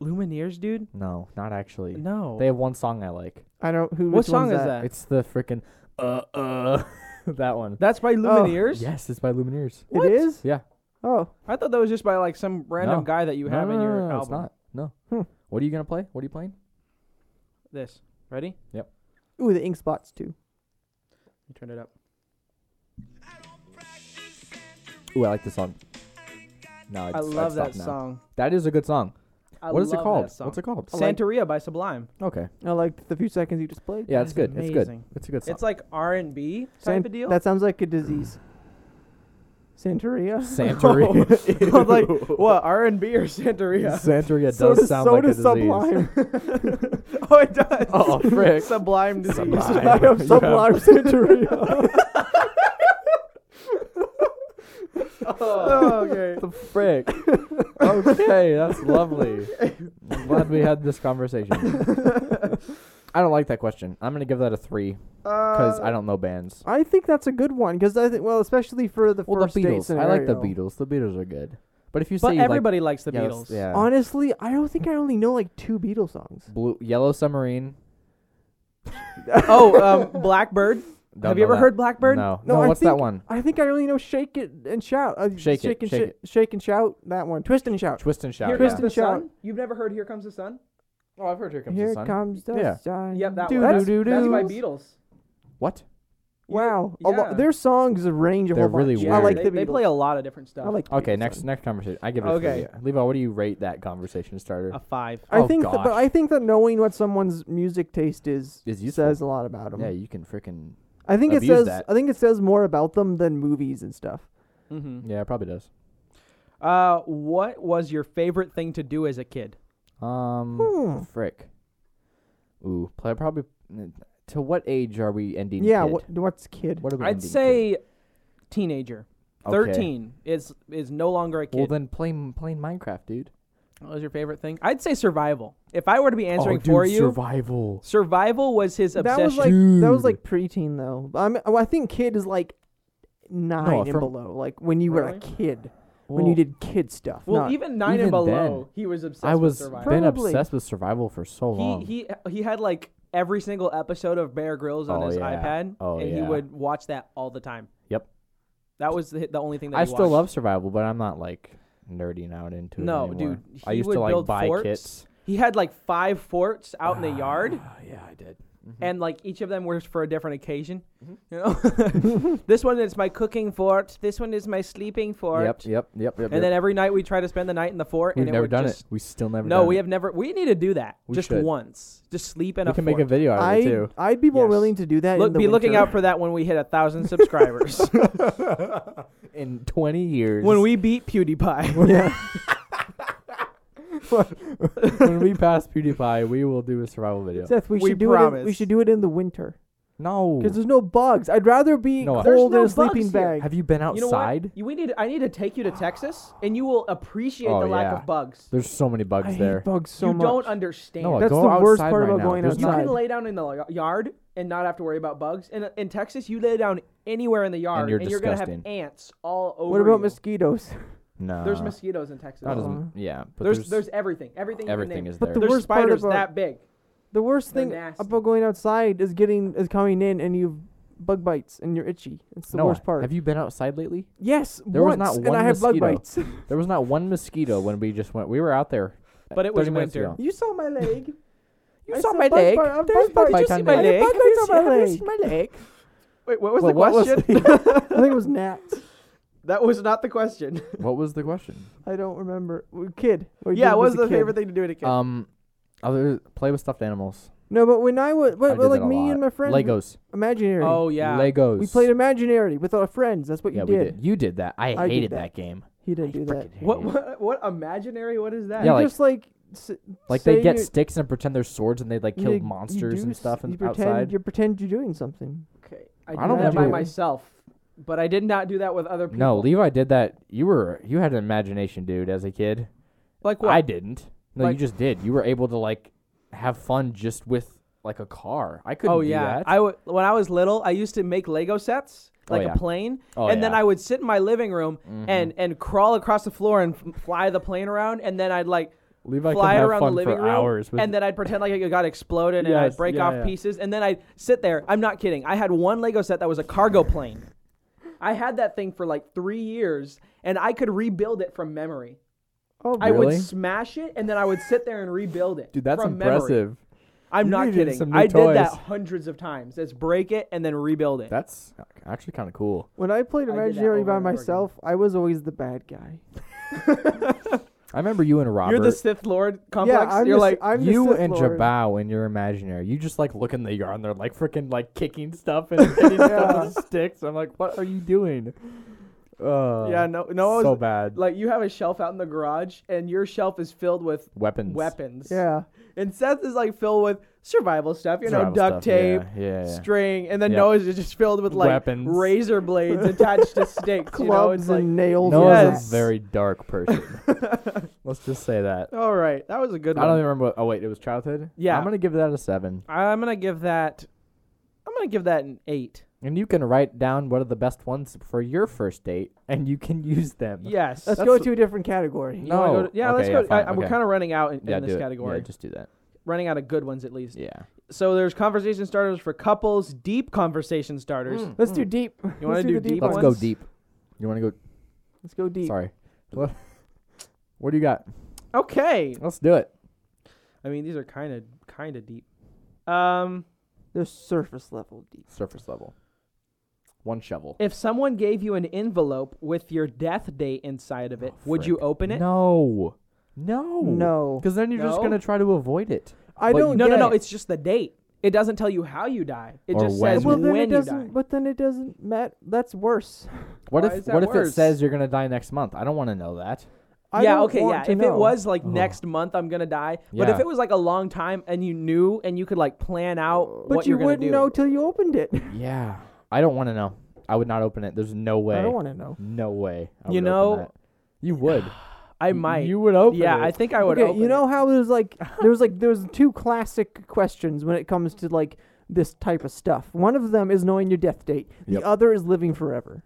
Speaker 2: Lumineers, dude.
Speaker 1: No, not actually.
Speaker 2: No.
Speaker 1: They have one song I like.
Speaker 3: I don't. Who?
Speaker 2: what
Speaker 3: which
Speaker 2: song
Speaker 3: one's
Speaker 2: is
Speaker 3: that?
Speaker 2: that?
Speaker 1: It's the frickin' uh uh that one.
Speaker 2: That's by Lumineers.
Speaker 1: Yes, it's by Lumineers.
Speaker 2: What?
Speaker 3: It is.
Speaker 1: Yeah.
Speaker 3: Oh,
Speaker 2: I thought that was just by like some random
Speaker 1: No.
Speaker 2: guy that you
Speaker 1: no,
Speaker 2: have
Speaker 1: no,
Speaker 2: in
Speaker 1: no,
Speaker 2: your
Speaker 1: no, no,
Speaker 2: album.
Speaker 1: It's not. No.
Speaker 3: Hmm.
Speaker 1: What are you gonna play? What are you playing?
Speaker 2: This. Ready? Let
Speaker 3: ooh, the ink spots too.
Speaker 2: me turn it up.
Speaker 1: Ooh, I like this song. No, I'd,
Speaker 2: I
Speaker 1: I'd
Speaker 2: love
Speaker 1: stop
Speaker 2: that
Speaker 1: now.
Speaker 2: song.
Speaker 1: That is a good song.
Speaker 2: I
Speaker 1: what is it
Speaker 2: love
Speaker 1: called?
Speaker 2: That song.
Speaker 1: What's it called?
Speaker 3: I like-
Speaker 2: Santeria by Sublime.
Speaker 1: Okay.
Speaker 3: I liked the few seconds you just played.
Speaker 1: Yeah, it's
Speaker 2: is
Speaker 1: good. It's good.
Speaker 2: amazing.
Speaker 1: It's a good song.
Speaker 2: It's like R and B type
Speaker 3: San-
Speaker 2: of deal.
Speaker 3: That sounds like a disease. Santeria.
Speaker 1: Santeria.
Speaker 2: I'm like, what R and B or Oh, Santeria?
Speaker 1: Santeria does
Speaker 3: so does,
Speaker 1: sound
Speaker 3: so
Speaker 1: like
Speaker 3: does
Speaker 1: a disease.
Speaker 3: Sublime.
Speaker 2: oh, it does.
Speaker 1: Oh, frick.
Speaker 2: Sublime disease.
Speaker 1: Sublime.
Speaker 3: I have
Speaker 1: Yeah.
Speaker 3: Sublime Santeria.
Speaker 2: oh, okay.
Speaker 1: the frick. okay, that's lovely. I'm glad we had this conversation. I don't like that question. I'm gonna give that a three because
Speaker 2: Uh,
Speaker 1: I don't know bands.
Speaker 3: I think that's a good one because I think well, especially for the
Speaker 1: Well,
Speaker 3: first
Speaker 1: the
Speaker 3: date
Speaker 1: Beatles. I like the
Speaker 3: scenario.
Speaker 1: Beatles. The Beatles are good. But if you say
Speaker 2: But
Speaker 1: you
Speaker 2: everybody likes the
Speaker 1: like, Yeah,
Speaker 2: Beatles.
Speaker 1: that's- yeah,
Speaker 3: Honestly, I don't think I only know like two Beatles songs.
Speaker 1: Blue, Yellow Submarine.
Speaker 2: Oh, um, Blackbird.
Speaker 1: Don't
Speaker 2: Have you
Speaker 1: know
Speaker 2: ever
Speaker 1: that.
Speaker 2: heard Blackbird?
Speaker 1: No.
Speaker 3: No, I
Speaker 1: what's that
Speaker 3: think-
Speaker 1: one?
Speaker 3: I think I only know "Shake It" and "Shout." Uh,
Speaker 1: Shake It,
Speaker 3: and
Speaker 1: Shake
Speaker 3: shake, shake and shout. That one, twist and shout.
Speaker 1: Twist and Shout.
Speaker 2: Here
Speaker 1: yeah.
Speaker 2: comes
Speaker 3: Twist
Speaker 2: the
Speaker 3: and Shout.
Speaker 2: sun. You've never heard "Here Comes the Sun"?
Speaker 1: Oh, I've heard Here Comes
Speaker 3: Here
Speaker 1: the Sun.
Speaker 3: comes the
Speaker 1: Yeah.
Speaker 3: sun.
Speaker 2: Yep, that
Speaker 3: Doo
Speaker 2: one. That's,
Speaker 3: doo doo
Speaker 2: that's
Speaker 3: doo.
Speaker 2: by Beatles.
Speaker 1: what?
Speaker 3: Wow,
Speaker 2: You-
Speaker 3: a lo-
Speaker 2: yeah.
Speaker 3: their songs range a
Speaker 1: They're
Speaker 3: whole bunch.
Speaker 1: really
Speaker 3: I
Speaker 1: weird.
Speaker 3: like
Speaker 2: they,
Speaker 3: the Beatles.
Speaker 2: they play a lot of different stuff.
Speaker 3: I like. the
Speaker 1: Okay,
Speaker 3: Beatles
Speaker 1: next
Speaker 3: songs.
Speaker 1: next conversation. I give it okay.
Speaker 2: Okay.
Speaker 1: a three. Levi, what do you rate that conversation starter?
Speaker 2: a five.
Speaker 3: I
Speaker 1: Oh,
Speaker 3: think, that, but
Speaker 1: gosh.
Speaker 3: I think that knowing what someone's music taste is,
Speaker 1: Is useful.
Speaker 3: says a lot about them.
Speaker 1: yeah, you can freaking
Speaker 3: I think it
Speaker 1: abuse
Speaker 3: says.
Speaker 1: that.
Speaker 3: I think it says more about them than movies and stuff.
Speaker 2: Mm-hmm.
Speaker 1: yeah, it probably does.
Speaker 2: Uh, what was your favorite thing to do as a kid?
Speaker 1: Um,
Speaker 3: Hmm.
Speaker 1: frick. Ooh, pl- probably. To what age are we ending?
Speaker 3: Yeah,
Speaker 1: kid?
Speaker 3: what, what's kid?
Speaker 1: What are we
Speaker 2: I'd
Speaker 1: ending
Speaker 2: say teenager.
Speaker 1: Okay.
Speaker 2: Thirteen is is no longer a kid.
Speaker 1: Well, then play m- playing Minecraft, dude.
Speaker 2: what was your favorite thing? I'd say survival. If I were to be answering
Speaker 1: oh, dude,
Speaker 2: for you,
Speaker 1: survival.
Speaker 2: survival was his obsession.
Speaker 3: That was like that
Speaker 1: Dude.
Speaker 3: was like preteen though. I mean, well, I think kid is like nine
Speaker 1: No,
Speaker 3: and
Speaker 1: from-
Speaker 3: below. Like when you were
Speaker 2: Really?
Speaker 3: a kid, when you did kid stuff.
Speaker 2: well,
Speaker 3: not-
Speaker 2: even nine and
Speaker 1: even
Speaker 2: below,
Speaker 1: then,
Speaker 2: he was obsessed
Speaker 1: I was
Speaker 2: with survival.
Speaker 1: been
Speaker 3: Probably.
Speaker 1: obsessed with survival for so long.
Speaker 2: He he he had like every single episode of Bear Grylls on
Speaker 1: Oh,
Speaker 2: his
Speaker 1: yeah.
Speaker 2: iPad,
Speaker 1: Oh,
Speaker 2: and he
Speaker 1: yeah.
Speaker 2: would watch that all the time.
Speaker 1: Yep.
Speaker 2: That was the, the only thing that
Speaker 1: I
Speaker 2: he
Speaker 1: still
Speaker 2: watched.
Speaker 1: love survival, but I'm not like nerding out into it.
Speaker 2: No,
Speaker 1: anymore.
Speaker 2: dude,
Speaker 1: I
Speaker 2: he
Speaker 1: used
Speaker 2: would
Speaker 1: to like
Speaker 2: build
Speaker 1: buy
Speaker 2: forts
Speaker 1: kits Mm-hmm. Ah,
Speaker 2: He had like five forts out in the yard,
Speaker 1: yeah, I did. Mm-hmm.
Speaker 2: and like each of them were for a different occasion. You know, this one is my cooking fort. This one is my sleeping fort.
Speaker 1: Yep, yep, yep, yep.
Speaker 2: And then every night we try to spend the night in the fort,
Speaker 1: we've
Speaker 2: and it
Speaker 1: never
Speaker 2: would
Speaker 1: done
Speaker 2: just
Speaker 1: it. We still never.
Speaker 2: no,
Speaker 1: done
Speaker 2: we
Speaker 1: it.
Speaker 2: have never. We need to do that
Speaker 1: We
Speaker 2: just
Speaker 1: should.
Speaker 2: once. Just sleep in
Speaker 1: We
Speaker 2: a
Speaker 1: can
Speaker 2: fort.
Speaker 1: make a video out of it
Speaker 3: I
Speaker 1: too.
Speaker 3: I'd be more
Speaker 2: Yes.
Speaker 3: willing to do that.
Speaker 2: Look,
Speaker 3: in the
Speaker 2: be looking
Speaker 3: winter.
Speaker 2: out for that when we hit a thousand subscribers.
Speaker 1: In 20 years,
Speaker 2: when we beat PewDiePie.
Speaker 3: Yeah.
Speaker 1: when we pass PewDiePie, we will do a survival video.
Speaker 3: Seth, we,
Speaker 2: We
Speaker 3: should do it. In, we
Speaker 2: promise.
Speaker 3: should do it in the winter
Speaker 1: No,
Speaker 3: because there's no bugs. I'd rather be
Speaker 1: No, I-
Speaker 2: There's
Speaker 3: cold
Speaker 2: no
Speaker 3: in a sleeping
Speaker 2: bugs here.
Speaker 3: bag.
Speaker 1: have you been
Speaker 2: You know
Speaker 1: outside?
Speaker 2: what? You, we need. I need to take you to Texas, and you will appreciate
Speaker 1: Oh,
Speaker 2: the lack
Speaker 1: yeah.
Speaker 2: of bugs.
Speaker 1: There's so many bugs
Speaker 3: I hate
Speaker 1: there.
Speaker 3: bugs so
Speaker 2: you
Speaker 3: much.
Speaker 2: don't understand.
Speaker 1: No,
Speaker 3: That's
Speaker 1: go
Speaker 3: the worst
Speaker 1: outside
Speaker 3: part
Speaker 1: right
Speaker 3: about
Speaker 1: now.
Speaker 3: going
Speaker 1: There's
Speaker 2: you
Speaker 1: not-
Speaker 3: outside.
Speaker 2: can lay down in the y- yard and not have to worry about bugs. And uh, in Texas, you lay down anywhere in the yard,
Speaker 1: you're
Speaker 2: are gonna have
Speaker 1: disgusting. Uh,
Speaker 2: ants all over.
Speaker 3: What about
Speaker 2: you.
Speaker 3: mosquitoes?
Speaker 1: No,
Speaker 2: There's mosquitoes in Texas.
Speaker 1: Not as
Speaker 3: Uh-huh.
Speaker 1: m- yeah, but
Speaker 2: there's, there's everything. Everything. you can
Speaker 1: everything
Speaker 2: name.
Speaker 1: is
Speaker 3: But
Speaker 1: there.
Speaker 3: the
Speaker 2: There's
Speaker 3: worst part
Speaker 2: spiders
Speaker 3: about-
Speaker 2: that big.
Speaker 3: The worst
Speaker 2: They're
Speaker 3: thing
Speaker 2: nasty.
Speaker 3: about going outside is getting is coming in and you've bug bites and you're itchy. It's the
Speaker 1: Noah,
Speaker 3: worst part.
Speaker 1: Have you been outside lately?
Speaker 3: yes,
Speaker 1: There was
Speaker 3: once,
Speaker 1: not one
Speaker 3: and I have bug
Speaker 1: mosquito.
Speaker 3: bites.
Speaker 1: There was not one mosquito when we just went. We were out there, uh,
Speaker 2: But it was
Speaker 1: 30 minutes
Speaker 2: winter.
Speaker 1: ago.
Speaker 3: you saw my leg.
Speaker 1: You
Speaker 3: I
Speaker 1: saw my
Speaker 3: bug
Speaker 1: leg.
Speaker 3: bite- a
Speaker 1: There's
Speaker 3: bug
Speaker 1: bug
Speaker 3: bite.
Speaker 1: bites
Speaker 3: Did
Speaker 1: on
Speaker 3: you see my
Speaker 1: my leg.
Speaker 3: leg? Bug
Speaker 1: Have you
Speaker 3: bites on
Speaker 1: seen-
Speaker 3: my
Speaker 1: have you
Speaker 3: leg.
Speaker 1: seen my leg?
Speaker 2: Wait, what was
Speaker 1: Well,
Speaker 2: the
Speaker 1: what was
Speaker 2: question?
Speaker 3: I think it was gnats.
Speaker 2: that was not the question.
Speaker 1: What was the question?
Speaker 3: I don't remember. W- Kid. What we
Speaker 2: yeah,
Speaker 3: did
Speaker 2: what was
Speaker 3: a
Speaker 2: the
Speaker 3: kid.
Speaker 2: favorite thing to do to kids?
Speaker 1: Um, other play with stuffed animals.
Speaker 3: No, but when I was,
Speaker 1: I
Speaker 3: but,
Speaker 1: did
Speaker 3: like
Speaker 1: that a
Speaker 3: me
Speaker 1: lot.
Speaker 3: and my friends,
Speaker 1: Legos.
Speaker 3: Imaginary.
Speaker 2: oh yeah.
Speaker 1: Legos.
Speaker 3: We played Imaginary with our friends. That's what you
Speaker 1: Yeah,
Speaker 3: did.
Speaker 1: we did. You did that. I,
Speaker 3: I did
Speaker 1: hated
Speaker 3: that.
Speaker 1: that. game.
Speaker 3: He didn't do that.
Speaker 1: Freaking hated
Speaker 2: What,
Speaker 1: it.
Speaker 2: what what imaginary? What is that?
Speaker 1: Yeah,
Speaker 3: you
Speaker 1: like-
Speaker 3: just like s-
Speaker 1: Like
Speaker 3: say
Speaker 1: they get
Speaker 3: you-
Speaker 1: sticks and pretend they're swords and they like
Speaker 3: you-
Speaker 1: kill
Speaker 3: you
Speaker 1: monsters
Speaker 3: do
Speaker 1: and
Speaker 3: s-
Speaker 1: stuff
Speaker 3: you
Speaker 1: and
Speaker 3: pretend,
Speaker 1: outside.
Speaker 3: You pretend you're doing something.
Speaker 2: Okay, I,
Speaker 1: I don't
Speaker 2: did that by
Speaker 1: remember.
Speaker 2: myself, but I did not do that with other people.
Speaker 1: No, Levi did that. You were you had an imagination, dude, as a kid.
Speaker 2: like what?
Speaker 1: I didn't. No,
Speaker 2: Like-
Speaker 1: you just did. You were able to like have fun just with like a car. I couldn't
Speaker 2: oh
Speaker 1: do
Speaker 2: yeah,
Speaker 1: that.
Speaker 2: I would when I was little, I used to make Lego sets
Speaker 1: Oh,
Speaker 2: like
Speaker 1: yeah.
Speaker 2: a plane,
Speaker 1: Oh,
Speaker 2: and then
Speaker 1: yeah. Mm-hmm.
Speaker 2: I would sit in my living room and and crawl across the floor and f- fly the plane around, and then I'd like.
Speaker 1: Levi could
Speaker 2: fly
Speaker 1: have
Speaker 2: around the
Speaker 1: fun
Speaker 2: living
Speaker 1: for
Speaker 2: room,
Speaker 1: hours with
Speaker 2: and then I'd pretend like it got exploded, and
Speaker 1: Yes,
Speaker 2: I'd break
Speaker 1: yeah,
Speaker 2: off
Speaker 1: yeah.
Speaker 2: pieces, and then I'd sit there. I'm not kidding. I had one Lego set that was a cargo plane. I had that thing for like three years, and I could rebuild it from memory.
Speaker 3: Oh,
Speaker 2: I
Speaker 1: Really?
Speaker 2: would smash it, and then I would sit there and rebuild it.
Speaker 1: Dude, that's
Speaker 2: from memory.
Speaker 1: impressive.
Speaker 2: I'm
Speaker 1: You
Speaker 2: not
Speaker 1: needed
Speaker 2: kidding.
Speaker 1: some new
Speaker 2: I did that
Speaker 1: toys.
Speaker 2: hundreds of times. Just break it and then rebuild it.
Speaker 1: That's actually kind of cool.
Speaker 3: When I played
Speaker 2: I did that
Speaker 3: Imaginary
Speaker 2: over
Speaker 3: by
Speaker 2: and over again.
Speaker 3: myself, I was always the bad guy.
Speaker 1: I remember you and Robert.
Speaker 2: You're the Sith Lord complex.
Speaker 3: Yeah, I'm
Speaker 2: You're
Speaker 3: the,
Speaker 2: like,
Speaker 3: I'm the
Speaker 1: you
Speaker 3: Sith
Speaker 1: and
Speaker 3: Lord.
Speaker 1: Jabao in your imaginary, you just like look in the yard and they're like freaking like kicking stuff and hitting stuff with sticks. I'm like, what are you doing? Uh,
Speaker 2: yeah, no, no,
Speaker 1: so
Speaker 2: so
Speaker 1: bad.
Speaker 2: like you have a shelf out in the garage, and your shelf is filled with
Speaker 1: weapons.
Speaker 2: weapons.
Speaker 3: Yeah.
Speaker 2: And Seth is like filled with survival stuff, you know,
Speaker 1: Survival
Speaker 2: duct
Speaker 1: stuff,
Speaker 2: tape,
Speaker 1: Yeah, yeah, yeah.
Speaker 2: string, and then
Speaker 1: Yep.
Speaker 2: Noah's is just filled with like
Speaker 1: Weapons.
Speaker 2: razor blades attached to sticks.
Speaker 3: Clubs
Speaker 2: you know, it's like,
Speaker 3: and nails. and
Speaker 1: Noah's
Speaker 2: Yes.
Speaker 1: a
Speaker 3: that.
Speaker 1: very dark person. Let's just say that.
Speaker 2: all right, that was a good
Speaker 1: I don't
Speaker 2: one.
Speaker 1: even remember. What, oh wait, it was childhood.
Speaker 2: Yeah.
Speaker 1: I'm gonna give that a seven.
Speaker 2: I'm gonna give that. I'm gonna give that an eight.
Speaker 1: And you can write down what are the best ones for your first date, and you can use them.
Speaker 2: Yes.
Speaker 3: Let's
Speaker 2: That's
Speaker 3: go
Speaker 2: what-
Speaker 3: to a different category.
Speaker 2: you wanna go
Speaker 1: No.
Speaker 2: to- yeah,
Speaker 1: Okay,
Speaker 2: let's
Speaker 1: yeah,
Speaker 2: go. I,
Speaker 1: fine,
Speaker 2: We're
Speaker 1: okay.
Speaker 2: kind of running out in,
Speaker 1: Yeah,
Speaker 2: in
Speaker 1: do
Speaker 2: this
Speaker 1: it.
Speaker 2: category.
Speaker 1: Yeah, just do that.
Speaker 2: running out of good ones at least.
Speaker 1: Yeah.
Speaker 2: So there's conversation starters for couples, deep conversation starters.
Speaker 3: Let's do deep.
Speaker 2: Hmm. You
Speaker 3: Let's
Speaker 2: want to
Speaker 3: do
Speaker 2: do
Speaker 3: the deep
Speaker 2: deep?
Speaker 1: Let's
Speaker 2: ones?
Speaker 1: go deep. You want to go?
Speaker 3: Let's go deep.
Speaker 1: Sorry. What what do you got?
Speaker 2: Okay.
Speaker 1: Let's do it.
Speaker 2: I mean, these are kind of kind of deep. Um,
Speaker 3: They're surface level deep.
Speaker 1: Surface level. One shovel.
Speaker 2: if someone gave you an envelope with your death date inside of it,
Speaker 1: Oh,
Speaker 2: would you
Speaker 1: frick.
Speaker 2: open it?
Speaker 1: No. No.
Speaker 3: No.
Speaker 1: Because then you're just
Speaker 2: No?
Speaker 1: gonna try to avoid it.
Speaker 3: I
Speaker 1: But
Speaker 3: don't.
Speaker 2: no,
Speaker 3: get
Speaker 2: no, no.
Speaker 3: it.
Speaker 2: It's just the date. It doesn't tell you how you die. It
Speaker 1: Or
Speaker 2: just
Speaker 1: when.
Speaker 2: says
Speaker 3: well, then
Speaker 2: when
Speaker 3: it
Speaker 2: you
Speaker 3: doesn't.
Speaker 2: die.
Speaker 3: But then it doesn't matter. That's worse.
Speaker 1: What
Speaker 2: Why
Speaker 1: if
Speaker 2: is that
Speaker 1: What if it
Speaker 2: worse?
Speaker 1: says you're gonna die next month? I don't want to know that.
Speaker 3: I
Speaker 2: yeah,
Speaker 3: don't
Speaker 2: okay,
Speaker 3: want
Speaker 2: yeah.
Speaker 3: to
Speaker 2: If it
Speaker 3: know.
Speaker 2: was like
Speaker 1: Oh.
Speaker 2: next month, I'm gonna die. But if
Speaker 1: Yeah.
Speaker 2: it was like a long time and you knew and you could like plan out
Speaker 3: but
Speaker 2: what
Speaker 3: you
Speaker 2: are gonna
Speaker 3: wouldn't
Speaker 2: do,
Speaker 3: know till you opened it.
Speaker 1: Yeah. I don't want to know. I would not open it. There's no way.
Speaker 3: I don't want to know.
Speaker 1: No way. I
Speaker 2: You
Speaker 1: would open
Speaker 2: know-
Speaker 1: that. you would.
Speaker 2: I might.
Speaker 4: You would open
Speaker 2: yeah,
Speaker 4: it.
Speaker 2: I think I would.
Speaker 3: okay,
Speaker 2: open
Speaker 3: you
Speaker 2: it.
Speaker 3: know how there's like there was like there was two classic questions when it comes to like this type of stuff. One of them is knowing your death date.
Speaker 1: Yep.
Speaker 3: The other is living forever.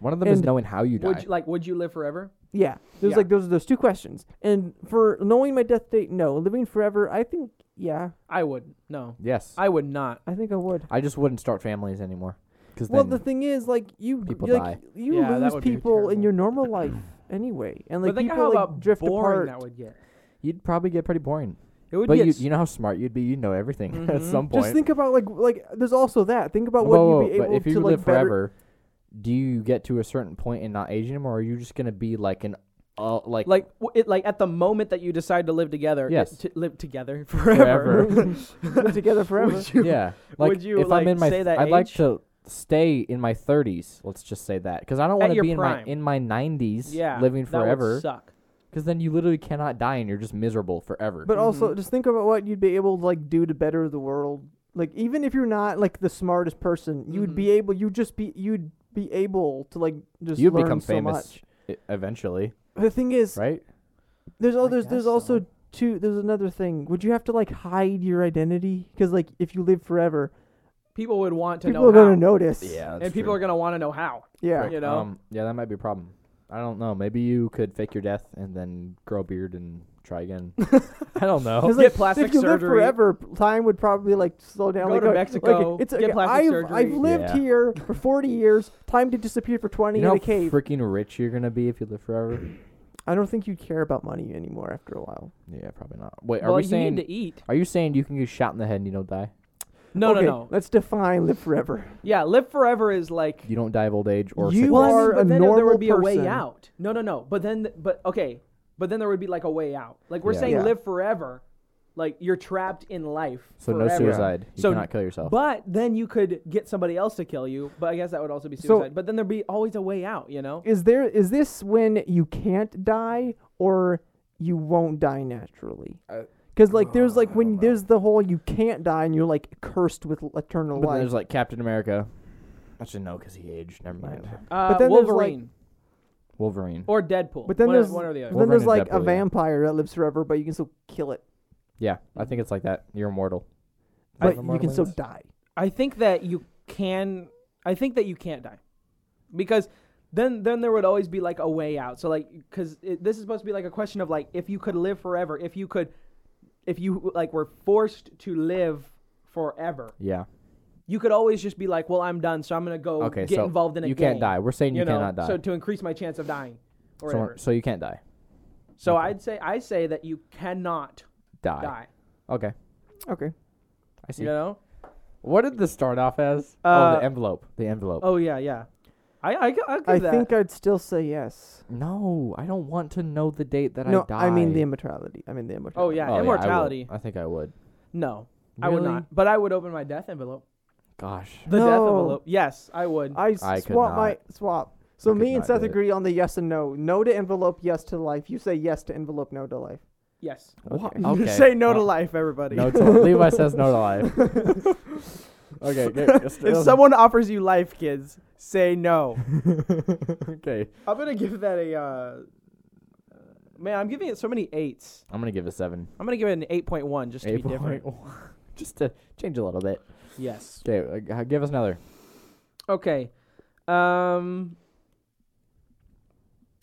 Speaker 1: One of them is
Speaker 3: And
Speaker 1: knowing how you die.
Speaker 2: Would you, like, would you live forever?
Speaker 3: Yeah, there's
Speaker 2: Yeah.
Speaker 3: like those those two questions. And for knowing my death date, no. Living forever, I think yeah,
Speaker 2: I would. No,
Speaker 1: yes. I,
Speaker 2: I would not.
Speaker 3: I think I would.
Speaker 1: just wouldn't start families anymore. Because
Speaker 3: well,
Speaker 1: then
Speaker 3: the thing is, like you,
Speaker 1: people
Speaker 3: like you
Speaker 2: Yeah, that
Speaker 3: lose
Speaker 2: would be
Speaker 3: people in
Speaker 2: terrible.
Speaker 3: your normal life anyway, and like
Speaker 2: but think
Speaker 3: people
Speaker 2: how
Speaker 3: like
Speaker 2: about
Speaker 3: drift
Speaker 2: boring
Speaker 3: apart.
Speaker 2: that would get.
Speaker 1: you'd probably get pretty boring.
Speaker 2: It would
Speaker 1: But
Speaker 2: get.
Speaker 1: you,
Speaker 2: s-
Speaker 1: you know how smart you'd be. You'd know everything at
Speaker 2: Mhm.
Speaker 1: some point.
Speaker 3: Mm-hmm. Just think about like like there's also that. Think about
Speaker 1: Whoa,
Speaker 3: what
Speaker 1: whoa,
Speaker 3: you'd be
Speaker 1: but
Speaker 3: able
Speaker 1: if you
Speaker 3: to
Speaker 1: live
Speaker 3: like better-
Speaker 1: forever, do you get to a certain point and not age anymore, or are you just gonna be like an uh, like
Speaker 2: like w- it, like at the moment that you decide to live together, it-
Speaker 1: Yes.
Speaker 2: to live together forever.
Speaker 3: live together forever.
Speaker 2: Would you-
Speaker 1: yeah? Like
Speaker 2: would you,
Speaker 1: if I'm
Speaker 2: like,
Speaker 1: in my
Speaker 2: say that
Speaker 1: I'd like
Speaker 2: age?
Speaker 1: to stay in my 30s. Let's just say that because I don't want to
Speaker 2: your
Speaker 1: be in my
Speaker 2: prime.
Speaker 1: in my 90s,
Speaker 2: Yeah,
Speaker 1: living
Speaker 2: that would
Speaker 1: forever.
Speaker 2: suck.
Speaker 1: Because then you literally cannot die and you're just miserable forever.
Speaker 3: But also,
Speaker 2: Mhm.
Speaker 3: just think about what you'd be able to like do to better the world. Like even if you're not like the smartest person, you'd
Speaker 2: Mhm.
Speaker 3: be able. You'd just be. You'd be able to like just
Speaker 1: you'd
Speaker 3: learn
Speaker 1: become
Speaker 3: so
Speaker 1: famous
Speaker 3: much.
Speaker 1: e- eventually,
Speaker 3: The thing is,
Speaker 1: right?
Speaker 3: there's
Speaker 2: I
Speaker 3: all there's
Speaker 2: guess
Speaker 3: there's
Speaker 2: so.
Speaker 3: also two. There's another thing. Would you have to like hide your identity? Because like if you live forever,
Speaker 2: People would want to
Speaker 3: people
Speaker 2: know
Speaker 3: are gonna
Speaker 2: how,
Speaker 3: notick.
Speaker 2: and people are gonna want to know how.
Speaker 3: Yeah.
Speaker 2: Right. you know?
Speaker 1: Um, yeah, that might be a problem. I don't know. Maybe you could fake your death and then grow a beard and try again. I don't know.
Speaker 3: 'Cause,
Speaker 2: Get
Speaker 3: like,
Speaker 2: plastic
Speaker 3: if you live
Speaker 2: surgery.
Speaker 3: forever, p- time would probably like slow down.
Speaker 2: Go
Speaker 3: like,
Speaker 2: to
Speaker 3: like-
Speaker 2: Mexico,
Speaker 3: like, it's,
Speaker 2: get
Speaker 3: okay,
Speaker 2: plastic
Speaker 3: I've, I've
Speaker 2: surgery.
Speaker 3: lived
Speaker 1: Yeah.
Speaker 3: here for forty years. Time to disappear for twenty
Speaker 1: You know
Speaker 3: in
Speaker 1: how
Speaker 3: a cave.
Speaker 1: freaking rich you're gonna be if you live forever.
Speaker 3: I don't think you care about money anymore after a while.
Speaker 1: Yeah, probably not. Wait, are
Speaker 2: well,
Speaker 1: we
Speaker 2: you
Speaker 1: saying?
Speaker 2: need to eat.
Speaker 1: Are you saying you can get shot in the head and you don't die?
Speaker 2: No,
Speaker 3: okay,
Speaker 2: no, no.
Speaker 3: Let's define live forever.
Speaker 2: Yeah, live forever is like
Speaker 1: You don't die of old age or
Speaker 3: You
Speaker 1: sickness?
Speaker 2: Well, I mean, but
Speaker 3: are a
Speaker 2: then there
Speaker 3: normal
Speaker 2: would be a way
Speaker 3: person.
Speaker 2: out. No, no, no. But then, but okay, but then there would be like a way out. Like we're
Speaker 1: Yeah.
Speaker 2: saying,
Speaker 3: Yeah.
Speaker 2: live forever. Like you're trapped in life.
Speaker 1: so no
Speaker 2: forever.
Speaker 1: suicide. You
Speaker 2: So-
Speaker 1: cannot kill yourself.
Speaker 2: But then you could get somebody else to kill you. But I guess that would also be
Speaker 3: So-
Speaker 2: suicide. but then there'd be always a way out. You know.
Speaker 3: Is there is this when you can't die or you won't die naturally?
Speaker 1: Uh,
Speaker 3: Because like there's
Speaker 1: I
Speaker 3: like
Speaker 1: don't
Speaker 3: when
Speaker 1: know.
Speaker 3: there's the whole you can't die and you're like cursed with l- eternal
Speaker 1: But then
Speaker 3: life.
Speaker 1: there's like Captain America. Actually, no, because he aged. Never mind.
Speaker 2: Uh,
Speaker 3: But then there's, like-
Speaker 2: Wolverine
Speaker 1: Wolverine.
Speaker 2: or Deadpool.
Speaker 3: But then
Speaker 2: one, or-
Speaker 3: there's-
Speaker 2: one or the
Speaker 3: But
Speaker 2: other.
Speaker 3: then
Speaker 1: Wolverine
Speaker 3: there's
Speaker 1: and
Speaker 3: like a
Speaker 1: Deadpool, yeah.
Speaker 3: vampire that lives forever, but you can still kill it,
Speaker 1: yeah, I think it's like that. You're immortal.
Speaker 3: but
Speaker 1: Immortal
Speaker 3: you can still
Speaker 1: means?
Speaker 3: die.
Speaker 2: I think that you can. I think that you can't die, because then then there would always be like a way out. So like, because this is supposed to be like a question of like, if you could live forever, if you could, if you like were forced to live forever,
Speaker 1: Yeah.
Speaker 2: you could always just be like, well, I'm done, so I'm gonna go
Speaker 1: Okay.
Speaker 2: get
Speaker 1: so
Speaker 2: involved in a
Speaker 1: you
Speaker 2: gang.
Speaker 1: can't die. We're saying you,
Speaker 2: know,
Speaker 1: cannot die.
Speaker 2: so to increase my chance of dying, or
Speaker 1: So-
Speaker 2: whatever.
Speaker 1: so you can't die.
Speaker 2: So
Speaker 1: okay.
Speaker 2: I'd say I say that you cannot
Speaker 1: Die.
Speaker 2: die.
Speaker 1: Okay.
Speaker 3: Okay.
Speaker 1: I see.
Speaker 2: You know.
Speaker 1: What did this start off as? oh,
Speaker 2: Uh,
Speaker 1: the envelope. The envelope.
Speaker 2: Oh yeah, yeah. I I I'll give
Speaker 3: I
Speaker 2: that.
Speaker 3: think I'd still say yes.
Speaker 1: No, I don't want to know the date that
Speaker 3: no,
Speaker 1: I die.
Speaker 3: I mean the immortality. I mean the immortality.
Speaker 2: oh yeah,
Speaker 1: Oh, I would.
Speaker 2: immortality.
Speaker 1: I, think I would.
Speaker 2: No, I would
Speaker 1: Really?
Speaker 2: not. But I would open my death envelope.
Speaker 1: Gosh.
Speaker 2: The death
Speaker 3: No.
Speaker 2: envelope. Yes, I would.
Speaker 3: I, s-
Speaker 1: Oh, I could
Speaker 3: swap
Speaker 1: not.
Speaker 3: my swap. So
Speaker 1: could
Speaker 3: me and
Speaker 1: not
Speaker 3: Seth
Speaker 1: do it.
Speaker 3: agree on the yes and no. No to envelope, yes to life. You say yes to envelope, no to life.
Speaker 2: yes.
Speaker 1: Wha-
Speaker 3: Okay.
Speaker 1: Okay.
Speaker 2: Say no to
Speaker 1: well,
Speaker 2: life, everybody.
Speaker 1: No to life. Levi says no to life. okay. get- get
Speaker 2: if
Speaker 1: still-
Speaker 2: someone offers you life, kids, say no.
Speaker 1: okay.
Speaker 2: I'm gonna give that a. Uh, man, I'm giving it so many eights.
Speaker 1: I'm gonna give it a seven.
Speaker 2: I'm gonna give it an eight point one just to
Speaker 1: Eight
Speaker 2: be different.
Speaker 1: point one. Just to change a little bit.
Speaker 2: Yes.
Speaker 1: Okay. Uh, give us another.
Speaker 2: Okay. Um.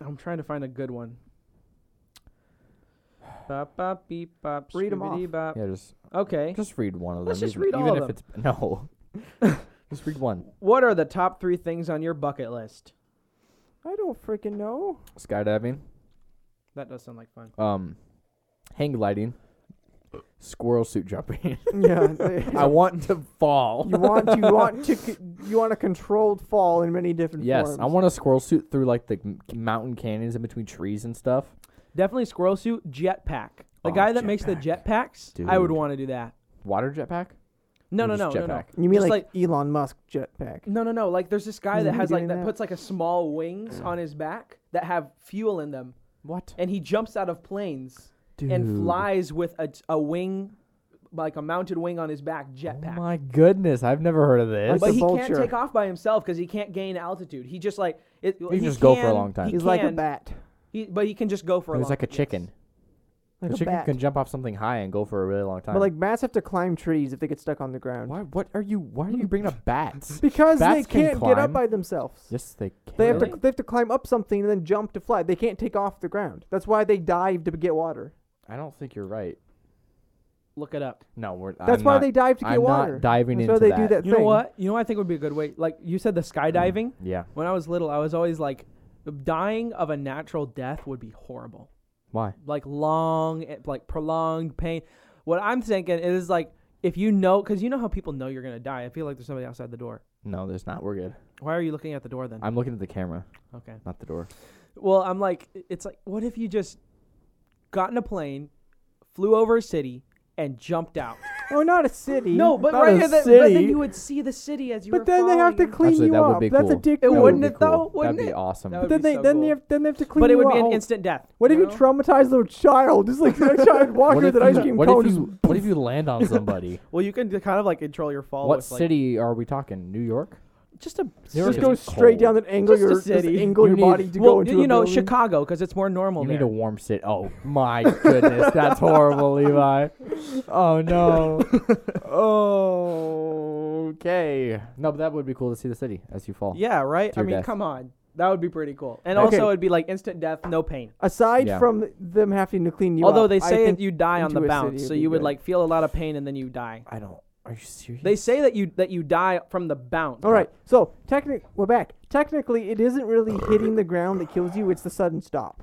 Speaker 2: I'm trying to find a good one. Bop bop beep bop.
Speaker 3: Read 'em off.
Speaker 2: scoobity Bop.
Speaker 1: Yeah. Just
Speaker 2: Okay.
Speaker 1: just read one of them.
Speaker 2: Uh, Let's just
Speaker 1: even,
Speaker 2: read all
Speaker 1: even if
Speaker 2: of
Speaker 1: it's no. just read one.
Speaker 2: What are the top three things on your bucket list?
Speaker 3: I don't freaking know.
Speaker 1: Skydiving.
Speaker 2: That does sound like fun.
Speaker 1: Um, hang gliding. Squirrel suit jumping.
Speaker 3: yeah.
Speaker 1: I
Speaker 3: they-
Speaker 1: want to fall.
Speaker 3: you want you want to c- you want a controlled fall in many different
Speaker 1: Yes,
Speaker 3: forms.
Speaker 1: I want a squirrel suit through like the m- mountain canyons in between trees and stuff.
Speaker 2: Definitely squirrel suit, jetpack. The
Speaker 1: Oh,
Speaker 2: guy that makes the jetpacks, I would
Speaker 1: Dude.
Speaker 2: want to do that.
Speaker 1: Water jetpack?
Speaker 2: No,
Speaker 1: Or
Speaker 2: no, no,
Speaker 1: just
Speaker 2: no, no,
Speaker 1: jetpack?
Speaker 3: You mean
Speaker 2: Just
Speaker 3: like, Elon Musk jetpack?
Speaker 2: no, no, no. Like there's this guy
Speaker 3: Isn't
Speaker 2: that
Speaker 3: he
Speaker 2: has like
Speaker 3: doing
Speaker 2: that,
Speaker 3: that?
Speaker 2: puts like a small wings on his back that have fuel in them,
Speaker 1: What?
Speaker 2: and he jumps out of planes
Speaker 1: Dude.
Speaker 2: and flies with a, a wing like a mounted wing on his back jetpack.
Speaker 1: Oh my goodness, I've never heard of this.
Speaker 2: but
Speaker 3: the
Speaker 2: he
Speaker 3: vulture.
Speaker 2: can't take off by himself because he can't gain altitude. He just like it,
Speaker 1: can just go for a
Speaker 2: can-
Speaker 1: long time.
Speaker 2: he
Speaker 3: He's like a
Speaker 2: can-
Speaker 3: bat.
Speaker 2: He, but he can just go for.
Speaker 1: It
Speaker 2: a
Speaker 1: was
Speaker 2: long
Speaker 1: like a
Speaker 2: yes.
Speaker 1: chicken.
Speaker 3: Like
Speaker 1: the
Speaker 3: a
Speaker 1: chicken
Speaker 3: bat.
Speaker 1: can jump off something high and go for a really long time.
Speaker 3: But like bats have to climb trees if they get stuck on the ground.
Speaker 1: why? What are you? Why are you bringing up bats?
Speaker 3: Because they
Speaker 1: Bats can
Speaker 3: can't get up
Speaker 1: climb.
Speaker 3: by themselves.
Speaker 1: yes, they can.
Speaker 3: They have to
Speaker 2: Really?
Speaker 3: they have to climb up something and then jump to fly. They can't take off the ground. That's why they dive to get water.
Speaker 1: I don't think you're right.
Speaker 2: Look it up.
Speaker 1: No, we're.
Speaker 3: That's
Speaker 1: I'm
Speaker 3: why
Speaker 1: not-
Speaker 3: they dive to get
Speaker 1: I'm
Speaker 3: water.
Speaker 1: not diving
Speaker 3: That's
Speaker 1: into
Speaker 3: why they
Speaker 1: that.
Speaker 3: do that
Speaker 2: You
Speaker 3: thing.
Speaker 2: know what? You know what I think would be a good way. Like you said, the skydiving.
Speaker 1: Yeah.
Speaker 2: When I was little, I was always like, dying of a natural death would be horrible.
Speaker 1: Why?
Speaker 2: like long, eh, like prolonged pain. What I'm thinking is like if you know, because you know how people know you're gonna die. I feel like there's somebody outside the door.
Speaker 1: No, there's not. We're good.
Speaker 2: Why are you looking at the door then?
Speaker 1: I'm looking at the camera,
Speaker 2: okay.
Speaker 1: not the door.
Speaker 2: Well, I'm like, it's like, what if you just got in a plane, flew over a city, and jumped out?
Speaker 3: Oh, not a city.
Speaker 2: no, but
Speaker 1: Not
Speaker 2: right
Speaker 1: a
Speaker 2: here, the, but then
Speaker 1: city.
Speaker 2: you would see the city as you. were
Speaker 3: But then they have to
Speaker 2: falling.
Speaker 3: clean
Speaker 1: Actually,
Speaker 3: you
Speaker 1: that
Speaker 3: up.
Speaker 1: would be
Speaker 3: That's
Speaker 1: cool.
Speaker 3: addictive.
Speaker 2: It
Speaker 1: That would
Speaker 2: wouldn't
Speaker 1: be
Speaker 2: it though,
Speaker 1: cool.
Speaker 2: wouldn't
Speaker 1: That'd be
Speaker 2: it?
Speaker 1: awesome.
Speaker 2: That
Speaker 3: But
Speaker 2: would
Speaker 3: then
Speaker 2: be
Speaker 3: they
Speaker 2: so
Speaker 3: then
Speaker 2: cool.
Speaker 3: they have then they have to clean
Speaker 2: But it
Speaker 3: you
Speaker 2: would be
Speaker 3: up.
Speaker 2: an instant death.
Speaker 3: what if you
Speaker 2: know?
Speaker 3: traumatize little child? Just like a child walking with an ice cream
Speaker 1: what
Speaker 3: cone.
Speaker 1: If
Speaker 3: just-
Speaker 1: you, what if you land on somebody?
Speaker 2: Well, you can kind of like control your fall.
Speaker 1: what
Speaker 2: with, like-
Speaker 1: city are we talking? New York?
Speaker 2: Just a
Speaker 1: There
Speaker 3: just
Speaker 1: is
Speaker 2: city.
Speaker 1: a
Speaker 3: go straight
Speaker 1: cold.
Speaker 3: down and angle
Speaker 2: Just a
Speaker 3: your just
Speaker 2: city.
Speaker 3: angle
Speaker 1: You
Speaker 3: your
Speaker 1: need-
Speaker 3: body to go
Speaker 2: well,
Speaker 3: into
Speaker 2: you
Speaker 3: a
Speaker 2: know
Speaker 3: building.
Speaker 2: Chicago because it's more normal
Speaker 1: You
Speaker 2: there.
Speaker 1: need a warm city. Oh my goodness, that's horrible, Levi. Oh no. okay. No, but that would be cool to see the city as you fall.
Speaker 2: Yeah, right. I
Speaker 1: your
Speaker 2: mean,
Speaker 1: death.
Speaker 2: come on, that would be pretty cool. And
Speaker 3: Okay.
Speaker 2: also, it'd be like instant death, no pain.
Speaker 3: Aside
Speaker 1: Yeah.
Speaker 3: from them having to clean you up,
Speaker 2: Although they
Speaker 3: I
Speaker 2: say
Speaker 3: think
Speaker 2: that you die on the
Speaker 3: into a
Speaker 2: bounce,
Speaker 3: city
Speaker 2: so
Speaker 3: would be
Speaker 2: you would
Speaker 3: good.
Speaker 2: like feel a lot of pain and then you die.
Speaker 1: I don't. Are you serious?
Speaker 2: They say that you that you die from the bounce.
Speaker 3: All right. So technically, we're back. Technically, it isn't really hitting the ground that kills you. It's the sudden stop.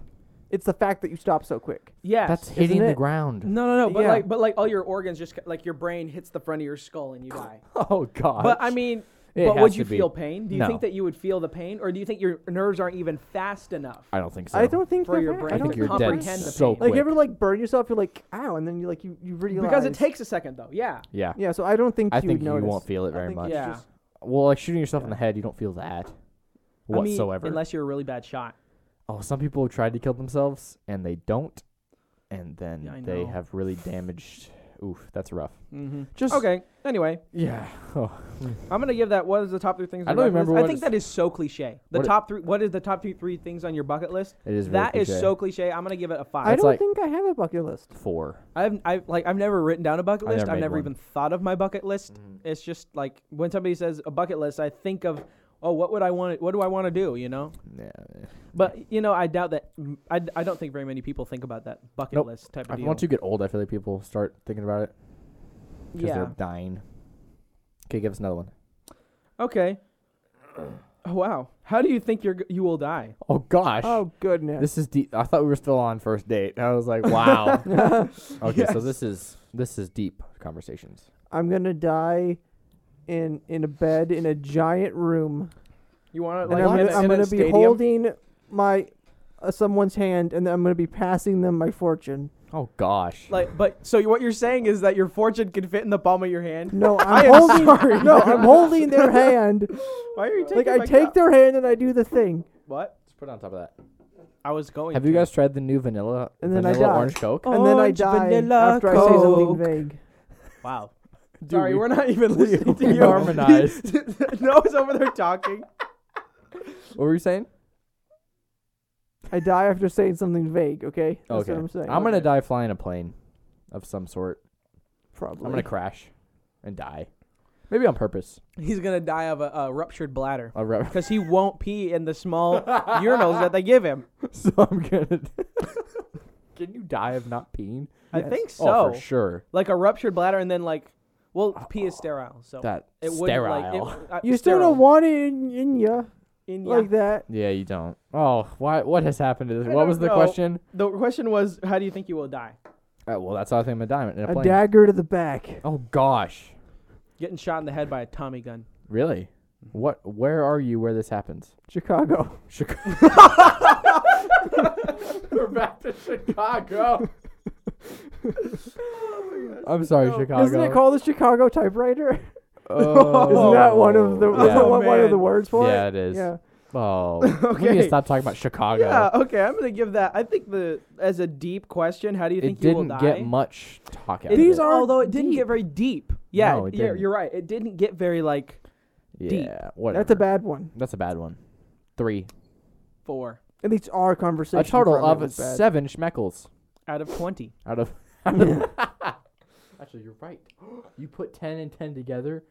Speaker 3: It's the fact that you stop so quick.
Speaker 2: Yes.
Speaker 1: that's
Speaker 3: Isn't
Speaker 1: hitting the
Speaker 3: it?
Speaker 1: ground.
Speaker 2: no, no, no. But
Speaker 3: Yeah.
Speaker 2: like, but like, all your organs just ca- like your brain hits the front of your skull and you die.
Speaker 1: Oh god.
Speaker 2: But I mean,
Speaker 1: It
Speaker 2: but
Speaker 1: has
Speaker 2: would you
Speaker 1: to be.
Speaker 2: feel pain? Do you
Speaker 1: No.
Speaker 2: think that you would feel the pain, or do you think your nerves aren't even fast enough?
Speaker 1: I don't think so.
Speaker 3: I don't think
Speaker 2: For
Speaker 3: they're
Speaker 2: your
Speaker 3: fa-
Speaker 2: brain
Speaker 3: I
Speaker 1: I
Speaker 2: to
Speaker 3: don't
Speaker 1: think you're
Speaker 3: they're
Speaker 1: dead
Speaker 2: comprehend
Speaker 3: fast.
Speaker 2: the
Speaker 1: so
Speaker 2: pain.
Speaker 3: Like
Speaker 1: quick.
Speaker 3: you ever like burn yourself, you're like ow, and then you like you you realize
Speaker 2: Because it takes a second, though. Yeah.
Speaker 1: yeah.
Speaker 3: Yeah, so I don't think
Speaker 1: I
Speaker 3: you
Speaker 1: think
Speaker 3: would
Speaker 1: you
Speaker 3: notice.
Speaker 1: won't feel it
Speaker 3: I
Speaker 1: very
Speaker 3: think
Speaker 1: much.
Speaker 3: it's
Speaker 2: Yeah.
Speaker 3: just-
Speaker 1: Well, like shooting yourself in the head, you don't feel that whatsoever.
Speaker 2: I mean, unless you're a really bad shot.
Speaker 1: oh, some people have tried to kill themselves and they don't, and then
Speaker 2: Yeah, I
Speaker 1: they
Speaker 2: know.
Speaker 1: have really damaged. Oof, that's rough.
Speaker 2: Mm-hmm.
Speaker 1: Just
Speaker 2: Okay. Anyway,
Speaker 1: Yeah. Oh,
Speaker 2: I'm gonna give that. What is the top three things? On
Speaker 1: I
Speaker 2: your
Speaker 1: don't
Speaker 2: bucket
Speaker 1: remember
Speaker 2: list? I
Speaker 1: what
Speaker 2: think
Speaker 1: it's-
Speaker 2: that is so cliche. The
Speaker 1: What it-
Speaker 2: top three. What is the top two three things on your bucket list?
Speaker 1: it is.
Speaker 2: That
Speaker 1: really
Speaker 2: is so cliche. I'm gonna give it a
Speaker 3: I
Speaker 2: five.
Speaker 1: It's
Speaker 3: don't
Speaker 1: like-
Speaker 3: think I have a bucket list.
Speaker 1: four.
Speaker 2: I've I've like I've never written down a bucket
Speaker 1: I
Speaker 2: list.
Speaker 1: never
Speaker 2: I've
Speaker 1: made
Speaker 2: never
Speaker 1: one.
Speaker 2: even thought of my bucket list. It's just like when somebody says a bucket list, I think of oh, what would I want? What do I want to do? You know.
Speaker 1: Yeah.
Speaker 2: But you know, I doubt that. I, I don't think very many people think about that bucket
Speaker 1: Nope.
Speaker 2: list type of
Speaker 1: I,
Speaker 2: deal.
Speaker 1: once you get old, I feel like people start thinking about it because
Speaker 2: yeah.
Speaker 1: they're dying. Okay, give us another one.
Speaker 2: Okay. Oh, wow. How do you think you're g- you will die?
Speaker 1: Oh gosh.
Speaker 3: Oh goodness.
Speaker 1: This is deep. I thought we were still on first date. I was like, wow. okay, so
Speaker 2: Yes.
Speaker 1: this is this is deep conversations.
Speaker 3: I'm gonna die in in a bed in a giant room,
Speaker 2: You want
Speaker 3: and
Speaker 2: to like
Speaker 3: I'm
Speaker 2: in
Speaker 3: gonna,
Speaker 2: a-
Speaker 3: I'm
Speaker 2: in a
Speaker 3: gonna be
Speaker 2: stadium?
Speaker 3: holding my uh, someone's hand, and then I'm gonna be passing them my fortune.
Speaker 1: Oh gosh.
Speaker 2: Like, but so you- what you're saying is that your fortune can fit in the palm of your hand.
Speaker 3: No,
Speaker 2: I
Speaker 3: I'm
Speaker 2: am
Speaker 3: holding. No, I'm holding their hand.
Speaker 2: Why are you taking
Speaker 3: like I
Speaker 2: my
Speaker 3: take
Speaker 2: cup?
Speaker 3: their hand and I do the thing,
Speaker 2: what?
Speaker 1: Let's put it on top of that.
Speaker 2: I was going.
Speaker 1: Have you
Speaker 2: to.
Speaker 1: guys tried the new vanilla
Speaker 3: And then I
Speaker 1: vanilla
Speaker 3: die.
Speaker 1: orange coke?
Speaker 3: and then I
Speaker 2: Orange
Speaker 3: die
Speaker 2: vanilla
Speaker 3: after I say
Speaker 2: Coke.
Speaker 3: something vague.
Speaker 2: Wow.
Speaker 1: Dude,
Speaker 2: Sorry,
Speaker 1: we-
Speaker 2: we, are not even listening to
Speaker 1: we
Speaker 2: you.
Speaker 1: harmonized.
Speaker 2: Noah's over there talking.
Speaker 1: What were you saying?
Speaker 3: I die after saying something vague. Okay, that's
Speaker 1: okay.
Speaker 3: what I'm saying.
Speaker 1: gonna
Speaker 2: Okay.
Speaker 1: die flying a plane of some sort.
Speaker 3: probably.
Speaker 1: I'm gonna crash and die. Maybe on purpose.
Speaker 2: He's gonna die of a, a ruptured bladder
Speaker 1: I'll re-
Speaker 2: because he won't pee in the small urinals that they give him.
Speaker 1: so I'm gonna. Can you die of not peeing?
Speaker 2: I
Speaker 3: Yes.
Speaker 2: think so.
Speaker 1: oh, for sure.
Speaker 2: Like a ruptured bladder, and then like, well, pee is sterile, so
Speaker 1: That
Speaker 2: it would
Speaker 1: sterile.
Speaker 2: like it, uh,
Speaker 3: you still
Speaker 2: sterile.
Speaker 3: don't want it in, in ya
Speaker 2: in, yeah.
Speaker 3: like that.
Speaker 1: yeah, you don't. Oh, why? What has happened to this?
Speaker 2: I
Speaker 1: What
Speaker 2: don't
Speaker 1: was the
Speaker 2: know.
Speaker 1: question?
Speaker 2: The question was, how do you think you will die?
Speaker 1: Uh, well, that's how I think I'm a diamond in a,
Speaker 3: A
Speaker 1: plane.
Speaker 3: dagger to the back.
Speaker 1: oh gosh,
Speaker 2: Getting shot in the head by a Tommy gun.
Speaker 1: really? What? Where are you? Where this happens?
Speaker 3: Chicago.
Speaker 1: Chicago. We're back to Chicago. Oh I'm sorry, Chicago.
Speaker 3: Isn't it called the Chicago typewriter?
Speaker 1: Oh.
Speaker 3: Isn't that one of the
Speaker 1: Yeah.
Speaker 3: isn't that one of the
Speaker 2: man.
Speaker 3: words for
Speaker 1: Oh, Yeah,
Speaker 3: it?
Speaker 1: it is.
Speaker 3: Yeah.
Speaker 1: Oh, we need
Speaker 2: Okay.
Speaker 1: to stop talking about Chicago.
Speaker 2: Yeah, okay, I'm gonna give that. I think the as a deep question, how do you
Speaker 1: it
Speaker 2: think you will
Speaker 1: didn't
Speaker 2: die?
Speaker 1: get much talk out
Speaker 2: It-
Speaker 1: of
Speaker 3: These
Speaker 1: it.
Speaker 3: are- aren't
Speaker 2: although it didn't
Speaker 3: deep.
Speaker 2: get very deep. Yeah,
Speaker 1: No,
Speaker 2: it-
Speaker 1: it
Speaker 2: you're,
Speaker 1: didn't.
Speaker 2: you're right. It didn't get very like deep.
Speaker 1: yeah, whatever.
Speaker 3: That's a bad one.
Speaker 1: That's a bad one. Three.
Speaker 2: four
Speaker 3: At least our conversation.
Speaker 1: A total
Speaker 3: from it
Speaker 1: of
Speaker 3: was bad.
Speaker 1: seven schmeckles
Speaker 2: out of twenty.
Speaker 1: out of. Actually, you're right. You put ten and ten together.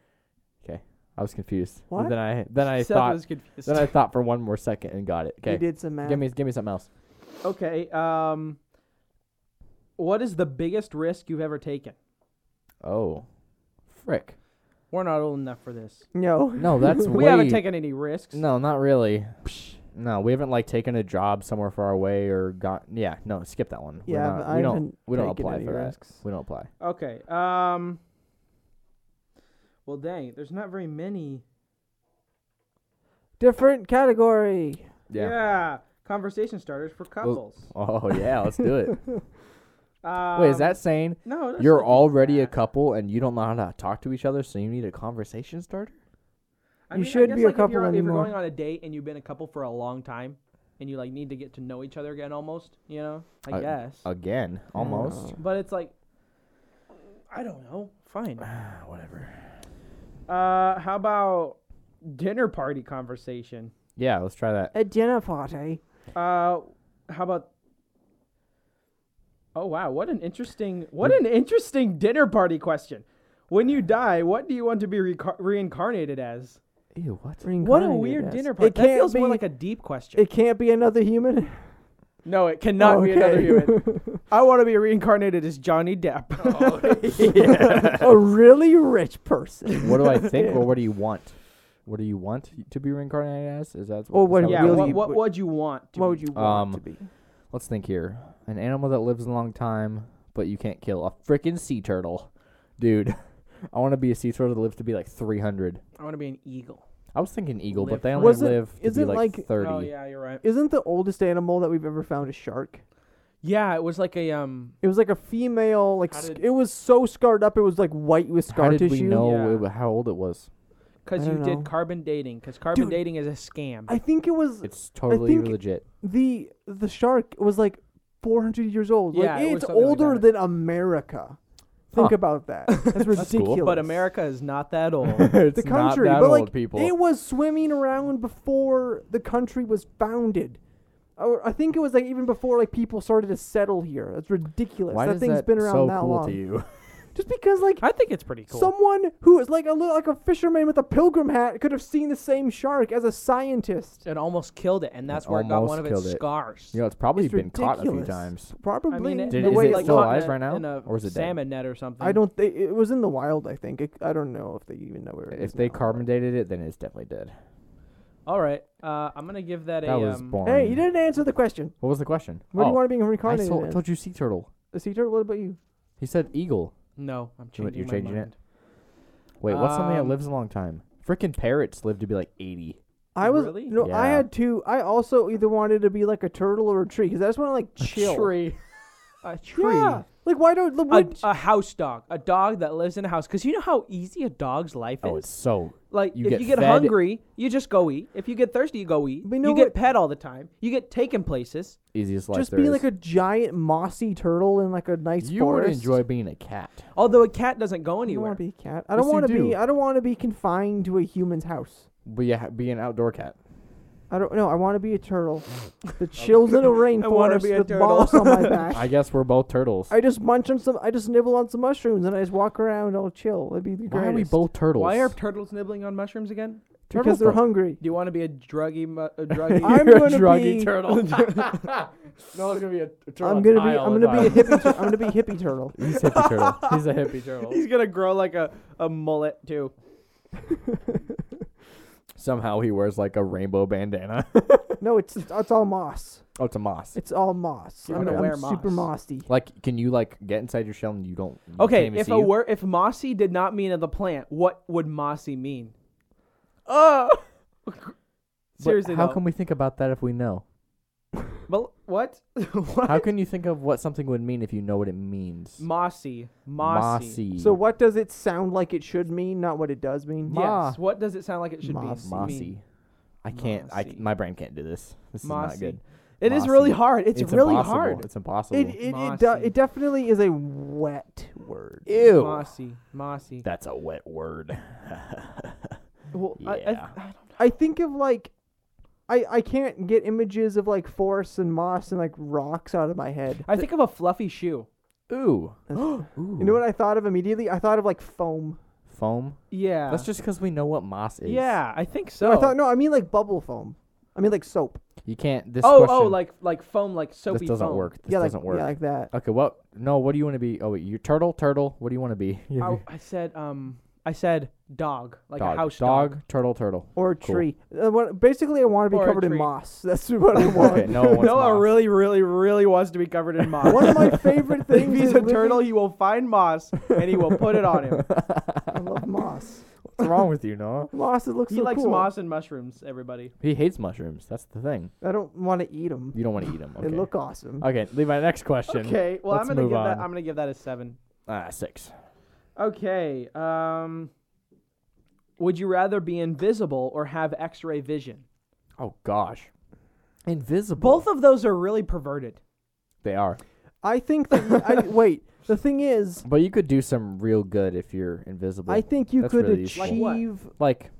Speaker 1: Okay, I was confused.
Speaker 3: What?
Speaker 1: Then I then I
Speaker 2: Seth
Speaker 1: thought
Speaker 2: was confused.
Speaker 1: then I thought for one more second and got it.
Speaker 3: You
Speaker 1: Okay,
Speaker 3: did some math.
Speaker 1: give me give me something else.
Speaker 2: okay. Um, what is the biggest risk you've ever taken?
Speaker 1: Oh, frick.
Speaker 2: We're not old enough for this.
Speaker 3: no.
Speaker 1: No, that's
Speaker 2: We
Speaker 1: way-
Speaker 2: haven't taken any risks.
Speaker 1: No, not really. No, we haven't like taken a job somewhere far away or got. Yeah, no, skip that one. We're
Speaker 3: Yeah,
Speaker 1: not-
Speaker 3: but I
Speaker 1: we don't.
Speaker 3: haven't
Speaker 1: we don't
Speaker 3: taken
Speaker 1: apply
Speaker 3: any
Speaker 1: for
Speaker 3: risks.
Speaker 1: that. We don't apply.
Speaker 2: Okay. Um. Well, dang. There's not very many.
Speaker 3: Different category.
Speaker 1: Yeah.
Speaker 2: Conversation starters for couples.
Speaker 1: Oh yeah, let's do it.
Speaker 2: Um,
Speaker 1: Wait, is that saying
Speaker 2: no? that's
Speaker 1: you're
Speaker 2: not
Speaker 1: already a
Speaker 2: bad.
Speaker 1: couple and you don't know how to talk to each other, so you need a conversation starter?
Speaker 2: I
Speaker 3: You
Speaker 2: mean, I
Speaker 3: should
Speaker 2: guess,
Speaker 3: be a
Speaker 2: like, if you're,
Speaker 3: couple
Speaker 2: If you're
Speaker 3: anymore.
Speaker 2: going on a date and you've been a couple for a long time, and you like need to get to know each other again, almost, you know, I
Speaker 1: Uh,
Speaker 2: guess.
Speaker 1: Again, almost.
Speaker 2: but it's like, I don't know. Fine.
Speaker 1: Ah, Whatever.
Speaker 2: Uh, how about dinner party conversation?
Speaker 1: Yeah, let's try that.
Speaker 3: At dinner party.
Speaker 2: Uh, how about? Oh wow, what an interesting, what an interesting dinner party question. When you die, what do you want to be reca- reincarnated as?
Speaker 1: Ew, what?
Speaker 2: What a
Speaker 3: Reincarnated
Speaker 2: weird
Speaker 3: as.
Speaker 2: dinner party.
Speaker 3: It
Speaker 2: That
Speaker 3: can't
Speaker 2: feels
Speaker 3: be,
Speaker 2: more like a deep question.
Speaker 3: It can't be another human.
Speaker 2: no, it cannot be another
Speaker 3: Okay.
Speaker 2: human. I want to be reincarnated as Johnny Depp.
Speaker 3: a really rich person.
Speaker 1: What do I think or what do you want? What do you want to be reincarnated as? Is that what,
Speaker 3: Or
Speaker 1: is
Speaker 3: what
Speaker 1: that
Speaker 2: yeah,
Speaker 3: will
Speaker 1: it
Speaker 2: what,
Speaker 1: is?
Speaker 3: you-
Speaker 2: what would you want? To
Speaker 3: what
Speaker 2: be?
Speaker 3: would you want
Speaker 1: Um,
Speaker 3: to be?
Speaker 1: Let's think here. An animal that lives a long time, but you can't kill a freaking sea turtle, dude. I want to be a sea turtle that lives to be like 300.
Speaker 2: I want to be an eagle.
Speaker 1: I was thinking eagle,
Speaker 2: Live
Speaker 1: but they
Speaker 2: for-
Speaker 1: only
Speaker 3: Wasn't-
Speaker 1: live to be
Speaker 3: isn't
Speaker 1: like,
Speaker 3: like-
Speaker 1: 30.
Speaker 2: Oh yeah, you're right.
Speaker 3: Isn't the oldest animal that we've ever found a shark?
Speaker 2: Yeah, it was like a um.
Speaker 3: It was like a female, like
Speaker 2: How
Speaker 3: sc-
Speaker 2: did-
Speaker 3: it was so scarred up, it was like white with
Speaker 1: How
Speaker 3: scar
Speaker 1: did
Speaker 3: tissue.
Speaker 1: we know
Speaker 2: Yeah.
Speaker 1: it wa- how old it was?
Speaker 2: Because
Speaker 3: I
Speaker 2: you
Speaker 3: don't know.
Speaker 2: did carbon dating. Because carbon
Speaker 3: Dude,
Speaker 2: dating is a scam.
Speaker 3: I think it was
Speaker 1: It's totally
Speaker 3: think-
Speaker 1: legit.
Speaker 3: the the shark was like 400 years old.
Speaker 2: Yeah,
Speaker 3: like
Speaker 2: it was
Speaker 3: it's
Speaker 2: something like
Speaker 3: older
Speaker 2: that.
Speaker 3: than America. Think about that. That's ridiculous.
Speaker 1: cool.
Speaker 2: but America is not that old.
Speaker 1: it's
Speaker 3: the country,
Speaker 1: not that
Speaker 3: but
Speaker 1: old,
Speaker 3: like
Speaker 1: people.
Speaker 3: it was swimming around before the country was founded. Or I think it was like even before like people started to settle here. That's ridiculous.
Speaker 1: Why
Speaker 3: that
Speaker 1: does
Speaker 3: thing's
Speaker 1: that
Speaker 3: been around
Speaker 1: so
Speaker 3: that
Speaker 1: cool
Speaker 3: long.
Speaker 1: to you?
Speaker 3: Just because like
Speaker 2: I think it's pretty cool.
Speaker 3: someone who is like a little like a fisherman with a pilgrim hat could have seen the same shark as a scientist.
Speaker 2: it almost killed it, and that's where it got
Speaker 1: almost
Speaker 2: one of its
Speaker 1: killed it.
Speaker 2: scars.
Speaker 1: You know, it's probably
Speaker 3: It's
Speaker 1: been caught a few
Speaker 3: ridiculous.
Speaker 1: times.
Speaker 3: Probably
Speaker 2: I mean, it,
Speaker 1: Did-
Speaker 3: the
Speaker 1: is
Speaker 3: way
Speaker 1: it
Speaker 2: like
Speaker 1: still
Speaker 2: caught in
Speaker 1: alive
Speaker 2: a-
Speaker 1: right now,
Speaker 2: in a
Speaker 1: or is it dead?
Speaker 2: salmon net or something?
Speaker 3: I don't think it was in the wild. I think it, I don't know if they even know where it is.
Speaker 1: If they
Speaker 3: now.
Speaker 1: carbon dated it, then it's definitely dead.
Speaker 2: All right, uh, I'm gonna give that, a.
Speaker 1: That was
Speaker 2: um,
Speaker 1: boring.
Speaker 3: Hey, you didn't answer the question.
Speaker 1: What was the question?
Speaker 3: What do
Speaker 1: Oh,
Speaker 3: you want to be
Speaker 1: I
Speaker 3: reincarnated
Speaker 1: told,
Speaker 3: as?
Speaker 1: told you sea turtle.
Speaker 3: A sea turtle? What about you?
Speaker 1: He said eagle.
Speaker 2: No, I'm
Speaker 1: You want-
Speaker 2: changing.
Speaker 1: you're
Speaker 2: my
Speaker 1: changing it?
Speaker 2: mind.
Speaker 1: Wait, what's something that
Speaker 2: Um,
Speaker 1: lives a long time? Freaking parrots live to be like 80.
Speaker 3: I was
Speaker 2: Really?
Speaker 3: no. I
Speaker 1: Yeah.
Speaker 3: had two. I also either wanted to be like a turtle or a tree because I just want to like chill.
Speaker 1: Tree.
Speaker 2: A tree.
Speaker 3: Yeah. Like why don't the
Speaker 2: A,
Speaker 3: wood?
Speaker 2: a house dog, a dog that lives in a house, because you know how easy a dog's life
Speaker 1: Oh,
Speaker 2: is.
Speaker 1: it's so.
Speaker 2: Like
Speaker 1: you
Speaker 2: if
Speaker 1: get
Speaker 2: you get
Speaker 1: fed-
Speaker 2: hungry, you just go eat. If you get thirsty, you go eat.
Speaker 3: But you know
Speaker 2: you get
Speaker 3: what-
Speaker 2: pet all the time. You get taken places.
Speaker 1: Easiest life
Speaker 3: just
Speaker 1: there
Speaker 3: be
Speaker 1: is.
Speaker 3: like a giant mossy turtle in like a nice
Speaker 1: You
Speaker 3: forest.
Speaker 1: would enjoy being a cat.
Speaker 2: Although a cat doesn't go
Speaker 3: I don't
Speaker 2: anywhere.
Speaker 3: want to be a cat. I don't
Speaker 1: Yes, you
Speaker 3: want to be.
Speaker 1: do.
Speaker 3: I don't want to be confined to a human's house.
Speaker 1: But yeah, be an outdoor cat.
Speaker 3: I don't know. I want to be a turtle that chills in a
Speaker 2: wanna
Speaker 3: rainforest
Speaker 2: be a
Speaker 3: with
Speaker 2: turtle.
Speaker 3: moss on my back.
Speaker 1: I guess we're both turtles.
Speaker 3: I just munch on some. I just nibble on some mushrooms and I just walk around all chill. It'd be the
Speaker 1: Why are we
Speaker 3: greatest.
Speaker 1: both turtles?
Speaker 2: Why are turtles nibbling on mushrooms again?
Speaker 3: because
Speaker 1: turtles
Speaker 3: they're
Speaker 1: don't-
Speaker 3: hungry.
Speaker 2: Do you want to be a druggy, mu- a druggy?
Speaker 3: I'm
Speaker 1: You're a
Speaker 3: gonna
Speaker 1: druggy
Speaker 3: be-
Speaker 1: turtle. no, it's gonna be a turtle.
Speaker 3: I'm gonna be. I'm gonna be a hippie. Tur- I'm gonna be a hippie turtle.
Speaker 1: He's hippie turtle. He's a hippie turtle.
Speaker 2: He's gonna grow like a, a mullet too.
Speaker 1: Somehow he wears like a rainbow bandana.
Speaker 3: No, it's it's all moss.
Speaker 1: oh, it's a moss.
Speaker 3: It's all moss.
Speaker 2: You
Speaker 3: I'm,
Speaker 2: wanna
Speaker 3: I'm
Speaker 2: wear
Speaker 3: super
Speaker 2: moss.
Speaker 3: mossy.
Speaker 1: Like, can you like get inside your shell and you don't? you
Speaker 2: Okay,
Speaker 1: can't even
Speaker 2: if
Speaker 1: see
Speaker 2: a
Speaker 1: you?
Speaker 2: word if mossy did not mean of the plant, what would mossy mean?
Speaker 3: Oh,
Speaker 1: But
Speaker 2: Seriously,
Speaker 1: how
Speaker 2: though.
Speaker 1: can we think about that if we know?
Speaker 2: Well, what? what?
Speaker 1: How can you think of what something would mean if you know what it means?
Speaker 2: mossy, mossy.
Speaker 1: Mossy.
Speaker 3: So what does it sound like it should mean, not what it does mean?
Speaker 1: Ma-
Speaker 2: Yes. What does it sound like it should
Speaker 3: Mossy.
Speaker 2: be? mean?
Speaker 1: Mossy. I can't. I c
Speaker 2: Mossy.
Speaker 1: my brain can't do this. This is not good.
Speaker 2: It is
Speaker 1: Mossy.
Speaker 2: really hard. It's, really
Speaker 1: impossible.
Speaker 2: hard.
Speaker 1: It's impossible.
Speaker 3: It it it, de-
Speaker 2: Mossy.
Speaker 3: it definitely is a wet word.
Speaker 1: Ew.
Speaker 2: Mossy, mossy.
Speaker 1: That's a wet word.
Speaker 3: Well,
Speaker 2: I- I-
Speaker 1: yeah.
Speaker 3: I think of like, I I can't get images of like forest and moss and like rocks out of my head.
Speaker 2: I think of a fluffy shoe.
Speaker 1: Ooh.
Speaker 3: That's-
Speaker 1: Ooh.
Speaker 3: You know what I thought of immediately? I thought of like foam.
Speaker 1: Foam.
Speaker 2: Yeah.
Speaker 1: That's just because we know what moss is.
Speaker 2: Yeah, I think so.
Speaker 1: Oh.
Speaker 3: No, I thought no. I mean like bubble foam. I mean like soap.
Speaker 1: You can't. This
Speaker 2: oh,
Speaker 1: question.
Speaker 2: oh, like like foam, like soapy
Speaker 1: this doesn't
Speaker 2: foam.
Speaker 1: work. This
Speaker 3: yeah, like
Speaker 1: doesn't work.
Speaker 3: yeah, like that.
Speaker 1: okay. What? No. What do you want to be? Oh, wait. You turtle. Turtle. What do you want to be?
Speaker 2: I, I said um I said dog, like
Speaker 1: dog.
Speaker 2: a house
Speaker 1: dog.
Speaker 2: dog.
Speaker 1: Turtle. Turtle.
Speaker 3: Or a
Speaker 1: Cool.
Speaker 3: tree. Uh, what, basically, I want to be
Speaker 2: Or a
Speaker 3: covered in
Speaker 2: tree.
Speaker 3: moss. That's what I want.
Speaker 1: Okay. No. one wants
Speaker 2: Noah
Speaker 1: moss.
Speaker 2: really, really, really wants to be covered in moss.
Speaker 3: One of my favorite
Speaker 2: if
Speaker 3: things
Speaker 2: he's
Speaker 3: is
Speaker 2: a
Speaker 3: living-
Speaker 2: turtle, he will find moss and he will put it on him.
Speaker 3: I love moss.
Speaker 1: What's wrong with you, Noah?
Speaker 3: Moss. It looks
Speaker 2: He
Speaker 3: so
Speaker 2: likes
Speaker 3: cool.
Speaker 2: moss and mushrooms. Everybody.
Speaker 1: He hates mushrooms. That's the thing.
Speaker 3: I don't want to eat them.
Speaker 1: You don't want to eat them. Okay.
Speaker 3: They look awesome.
Speaker 1: okay. Levi. Next question.
Speaker 2: Okay. Well,
Speaker 1: Let's
Speaker 2: I'm gonna
Speaker 1: move
Speaker 2: give that.
Speaker 1: on.
Speaker 2: I'm gonna give that a seven.
Speaker 1: Ah, six.
Speaker 2: Okay. Um, would you rather be invisible or have X-ray vision?
Speaker 1: Oh gosh. Invisible.
Speaker 2: Both of those are really perverted.
Speaker 1: They are.
Speaker 3: I think that you- I, wait. The thing is,
Speaker 1: But you could do some real good if you're invisible.
Speaker 3: I think you
Speaker 1: That's
Speaker 3: could
Speaker 1: really useful.
Speaker 3: achieve.
Speaker 2: Like what?
Speaker 1: like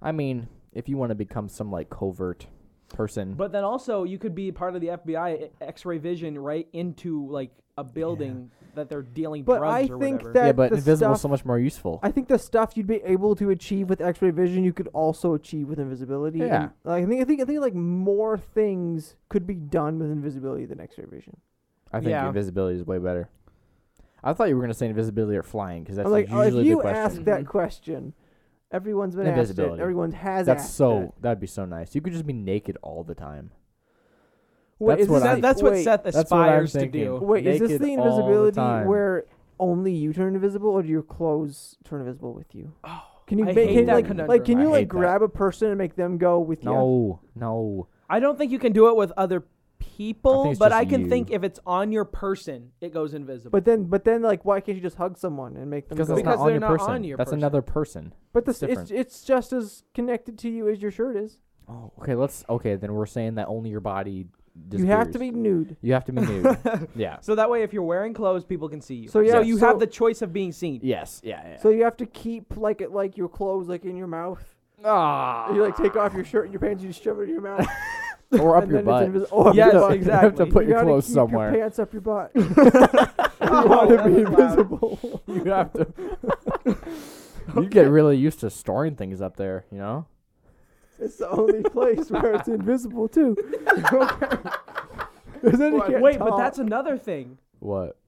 Speaker 1: I mean, if you want to become some like covert person.
Speaker 2: But then also, you could be part of the FBI i- X-ray vision right into like a building that they're dealing
Speaker 3: But
Speaker 2: drugs
Speaker 3: I
Speaker 2: or
Speaker 3: think
Speaker 2: whatever.
Speaker 3: that
Speaker 1: yeah, but
Speaker 3: the
Speaker 1: invisible is so
Speaker 3: stuff-
Speaker 1: much more useful.
Speaker 3: I think the stuff you'd be able to achieve with X-ray vision, you could also achieve with invisibility. and,
Speaker 1: Yeah.
Speaker 3: like, I think I think I think like more things could be done with invisibility than X-ray vision.
Speaker 1: I think
Speaker 2: Yeah.
Speaker 1: invisibility is way better. I thought you were gonna say invisibility or flying because that's
Speaker 3: I'm like, oh,
Speaker 1: usually
Speaker 3: if you
Speaker 1: the question.
Speaker 3: ask
Speaker 2: Mm-hmm.
Speaker 3: that question, everyone's been asked it.
Speaker 1: Invisibility.
Speaker 3: Everyone has
Speaker 1: that's
Speaker 3: asked
Speaker 1: so
Speaker 3: it.
Speaker 1: that'd be so nice. You could just be naked all the time.
Speaker 3: Wait,
Speaker 1: that's
Speaker 3: is
Speaker 1: what
Speaker 3: this-
Speaker 1: I-
Speaker 2: That- that's what
Speaker 3: wait,
Speaker 2: Seth
Speaker 1: that's what I'm
Speaker 2: aspires to
Speaker 1: thinking.
Speaker 2: do.
Speaker 3: Wait, is this
Speaker 1: Naked
Speaker 3: the
Speaker 1: all the
Speaker 3: invisibility
Speaker 1: time.
Speaker 3: where only you turn invisible, or do your clothes turn invisible with you?
Speaker 2: Oh,
Speaker 3: Can you
Speaker 2: I
Speaker 3: make
Speaker 2: hate
Speaker 3: can,
Speaker 2: that
Speaker 3: like,
Speaker 2: conundrum.
Speaker 3: like can
Speaker 1: I
Speaker 3: you
Speaker 1: hate
Speaker 3: like
Speaker 1: that.
Speaker 3: grab a person and make them go with you?
Speaker 1: No, no.
Speaker 2: I don't think you can do it with other people,
Speaker 1: it's
Speaker 2: but
Speaker 1: just
Speaker 2: I can
Speaker 1: you.
Speaker 2: think if it's on your person, it goes invisible.
Speaker 3: But then, but then, like, why can't you just hug someone and make them?
Speaker 1: Because
Speaker 3: go?
Speaker 1: that's
Speaker 2: Because
Speaker 1: not on
Speaker 2: they're
Speaker 1: your
Speaker 2: not
Speaker 1: person.
Speaker 2: on your
Speaker 1: that's
Speaker 2: person.
Speaker 1: another person.
Speaker 3: but
Speaker 1: it's
Speaker 3: this, it's
Speaker 1: different.
Speaker 3: it's just as connected to you as your shirt is.
Speaker 1: Oh, okay. Let's okay. Then we're saying that only your body.
Speaker 3: You have to
Speaker 1: disappears.
Speaker 3: be nude.
Speaker 1: You have to be nude. yeah.
Speaker 2: so that way, if you're wearing clothes, people can see you.
Speaker 3: So, yeah,
Speaker 2: you
Speaker 3: so-
Speaker 2: have the choice of being seen.
Speaker 1: Yes. Yeah. yeah.
Speaker 3: So you have to keep like it, like your clothes like in your mouth.
Speaker 1: ah.
Speaker 3: You like take off your shirt and your pants, you just shove it in your mouth.
Speaker 1: or up
Speaker 3: and
Speaker 1: your
Speaker 3: then
Speaker 1: butt.
Speaker 3: It's invis- or up
Speaker 2: Yes,
Speaker 3: your butt.
Speaker 2: exactly. You have to
Speaker 1: put
Speaker 3: You
Speaker 1: your
Speaker 3: gotta
Speaker 1: clothes
Speaker 3: keep
Speaker 1: somewhere.
Speaker 3: Your pants up your butt. you
Speaker 2: Oh,
Speaker 3: want to be
Speaker 2: that's loud.
Speaker 3: invisible.
Speaker 1: you have to. You get really used to storing things up there, you know.
Speaker 3: it's the only place where it's invisible too. Okay. 'Cause then you can't
Speaker 2: Wait, but
Speaker 3: talk.
Speaker 2: that's another thing.
Speaker 1: What?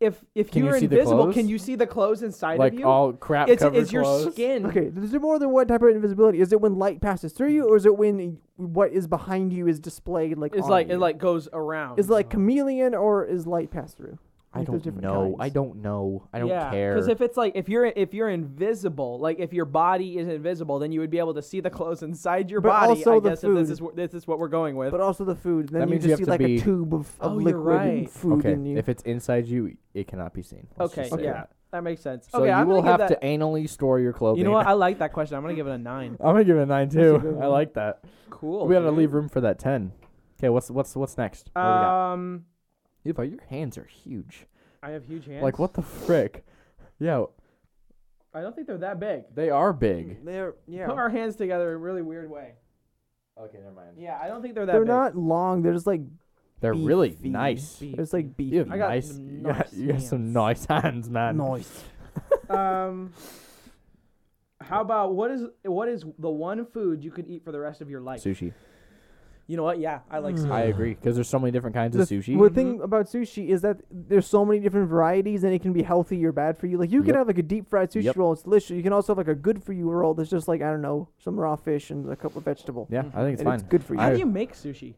Speaker 2: If if
Speaker 1: Can you
Speaker 2: you're
Speaker 1: see the
Speaker 2: invisible,
Speaker 1: clothes?
Speaker 2: can you see the clothes inside
Speaker 1: Like
Speaker 2: of you?
Speaker 1: all crap
Speaker 2: it's
Speaker 1: covered
Speaker 2: it's your
Speaker 1: clothes?
Speaker 2: skin.
Speaker 3: Okay, is there more than one type of invisibility? Is it when light passes through you, or is it when what is behind you is displayed? Like
Speaker 2: It's
Speaker 3: on
Speaker 2: like
Speaker 3: you?
Speaker 2: it like goes around.
Speaker 3: is it like chameleon, or is light pass through?
Speaker 1: I
Speaker 3: Like, there's
Speaker 1: don't
Speaker 3: different
Speaker 1: know. I
Speaker 3: kinds.
Speaker 1: don't know. I don't care.
Speaker 2: Because if it's like if you're if you're invisible, like if your body is invisible, then you would be able to see the clothes inside your
Speaker 3: But
Speaker 2: body.
Speaker 3: also
Speaker 2: I
Speaker 3: the
Speaker 2: guess
Speaker 3: food.
Speaker 2: If this is wh- this is what we're going with.
Speaker 3: But also the food. Then
Speaker 1: That
Speaker 3: you
Speaker 1: means
Speaker 3: just
Speaker 1: you have
Speaker 3: see
Speaker 1: to
Speaker 3: like
Speaker 1: be-
Speaker 3: a tube of, of
Speaker 2: Oh, you're
Speaker 3: liquid and
Speaker 2: right.
Speaker 3: food
Speaker 1: okay,
Speaker 3: in you.
Speaker 1: if it's inside you, it cannot be seen. Let's
Speaker 2: okay,
Speaker 1: just say
Speaker 2: yeah,
Speaker 1: that.
Speaker 2: that makes sense.
Speaker 1: So
Speaker 2: okay,
Speaker 1: you
Speaker 2: I'm
Speaker 1: will
Speaker 2: gonna
Speaker 1: have
Speaker 2: give
Speaker 1: to
Speaker 2: that,
Speaker 1: anally store your clothing.
Speaker 2: You know what? I like that question. I'm gonna give it a nine.
Speaker 1: I'm gonna give it a nine
Speaker 3: That's a
Speaker 1: too.
Speaker 3: good
Speaker 1: I
Speaker 3: one.
Speaker 1: like that.
Speaker 2: Cool.
Speaker 1: we gotta
Speaker 2: dude.
Speaker 1: leave room for that ten. Okay, what's what's what's next? What do we got?
Speaker 2: Um,
Speaker 1: Levi, your hands are huge.
Speaker 2: I have huge hands.
Speaker 1: Like what the frick? Yeah,
Speaker 2: I don't think they're that big.
Speaker 1: they are big.
Speaker 3: they're yeah.
Speaker 2: Put our hands together in a really weird way.
Speaker 1: Okay, never mind.
Speaker 2: Yeah, I don't think they're that.
Speaker 3: They're
Speaker 2: big.
Speaker 3: not long. They're just like
Speaker 1: They're
Speaker 3: Beefy.
Speaker 1: really nice.
Speaker 2: Beef.
Speaker 3: it's like beefy.
Speaker 1: You have
Speaker 2: I got
Speaker 1: nice,
Speaker 2: some
Speaker 1: you, got,
Speaker 2: nice
Speaker 1: you got some
Speaker 2: hands.
Speaker 1: nice hands, man.
Speaker 3: Nice.
Speaker 2: Um, how about what is what is the one food you could eat for the rest of your life?
Speaker 1: Sushi. Mm.
Speaker 2: You know what? Yeah, I like
Speaker 1: I
Speaker 2: sushi.
Speaker 1: agree because there's so many different kinds of
Speaker 3: The-
Speaker 1: sushi.
Speaker 3: well, The thing about sushi is that there's so many different varieties, and it can be healthy or bad for you. Like you
Speaker 1: Yep.
Speaker 3: can have like a deep fried sushi
Speaker 1: Yep.
Speaker 3: roll; it's delicious. You can also have like a good for you roll that's just like I don't know, some raw fish and a cup of vegetable.
Speaker 1: yeah, I think it's
Speaker 3: and
Speaker 1: fine.
Speaker 3: It's good for you.
Speaker 2: How
Speaker 1: I-
Speaker 2: do you make sushi?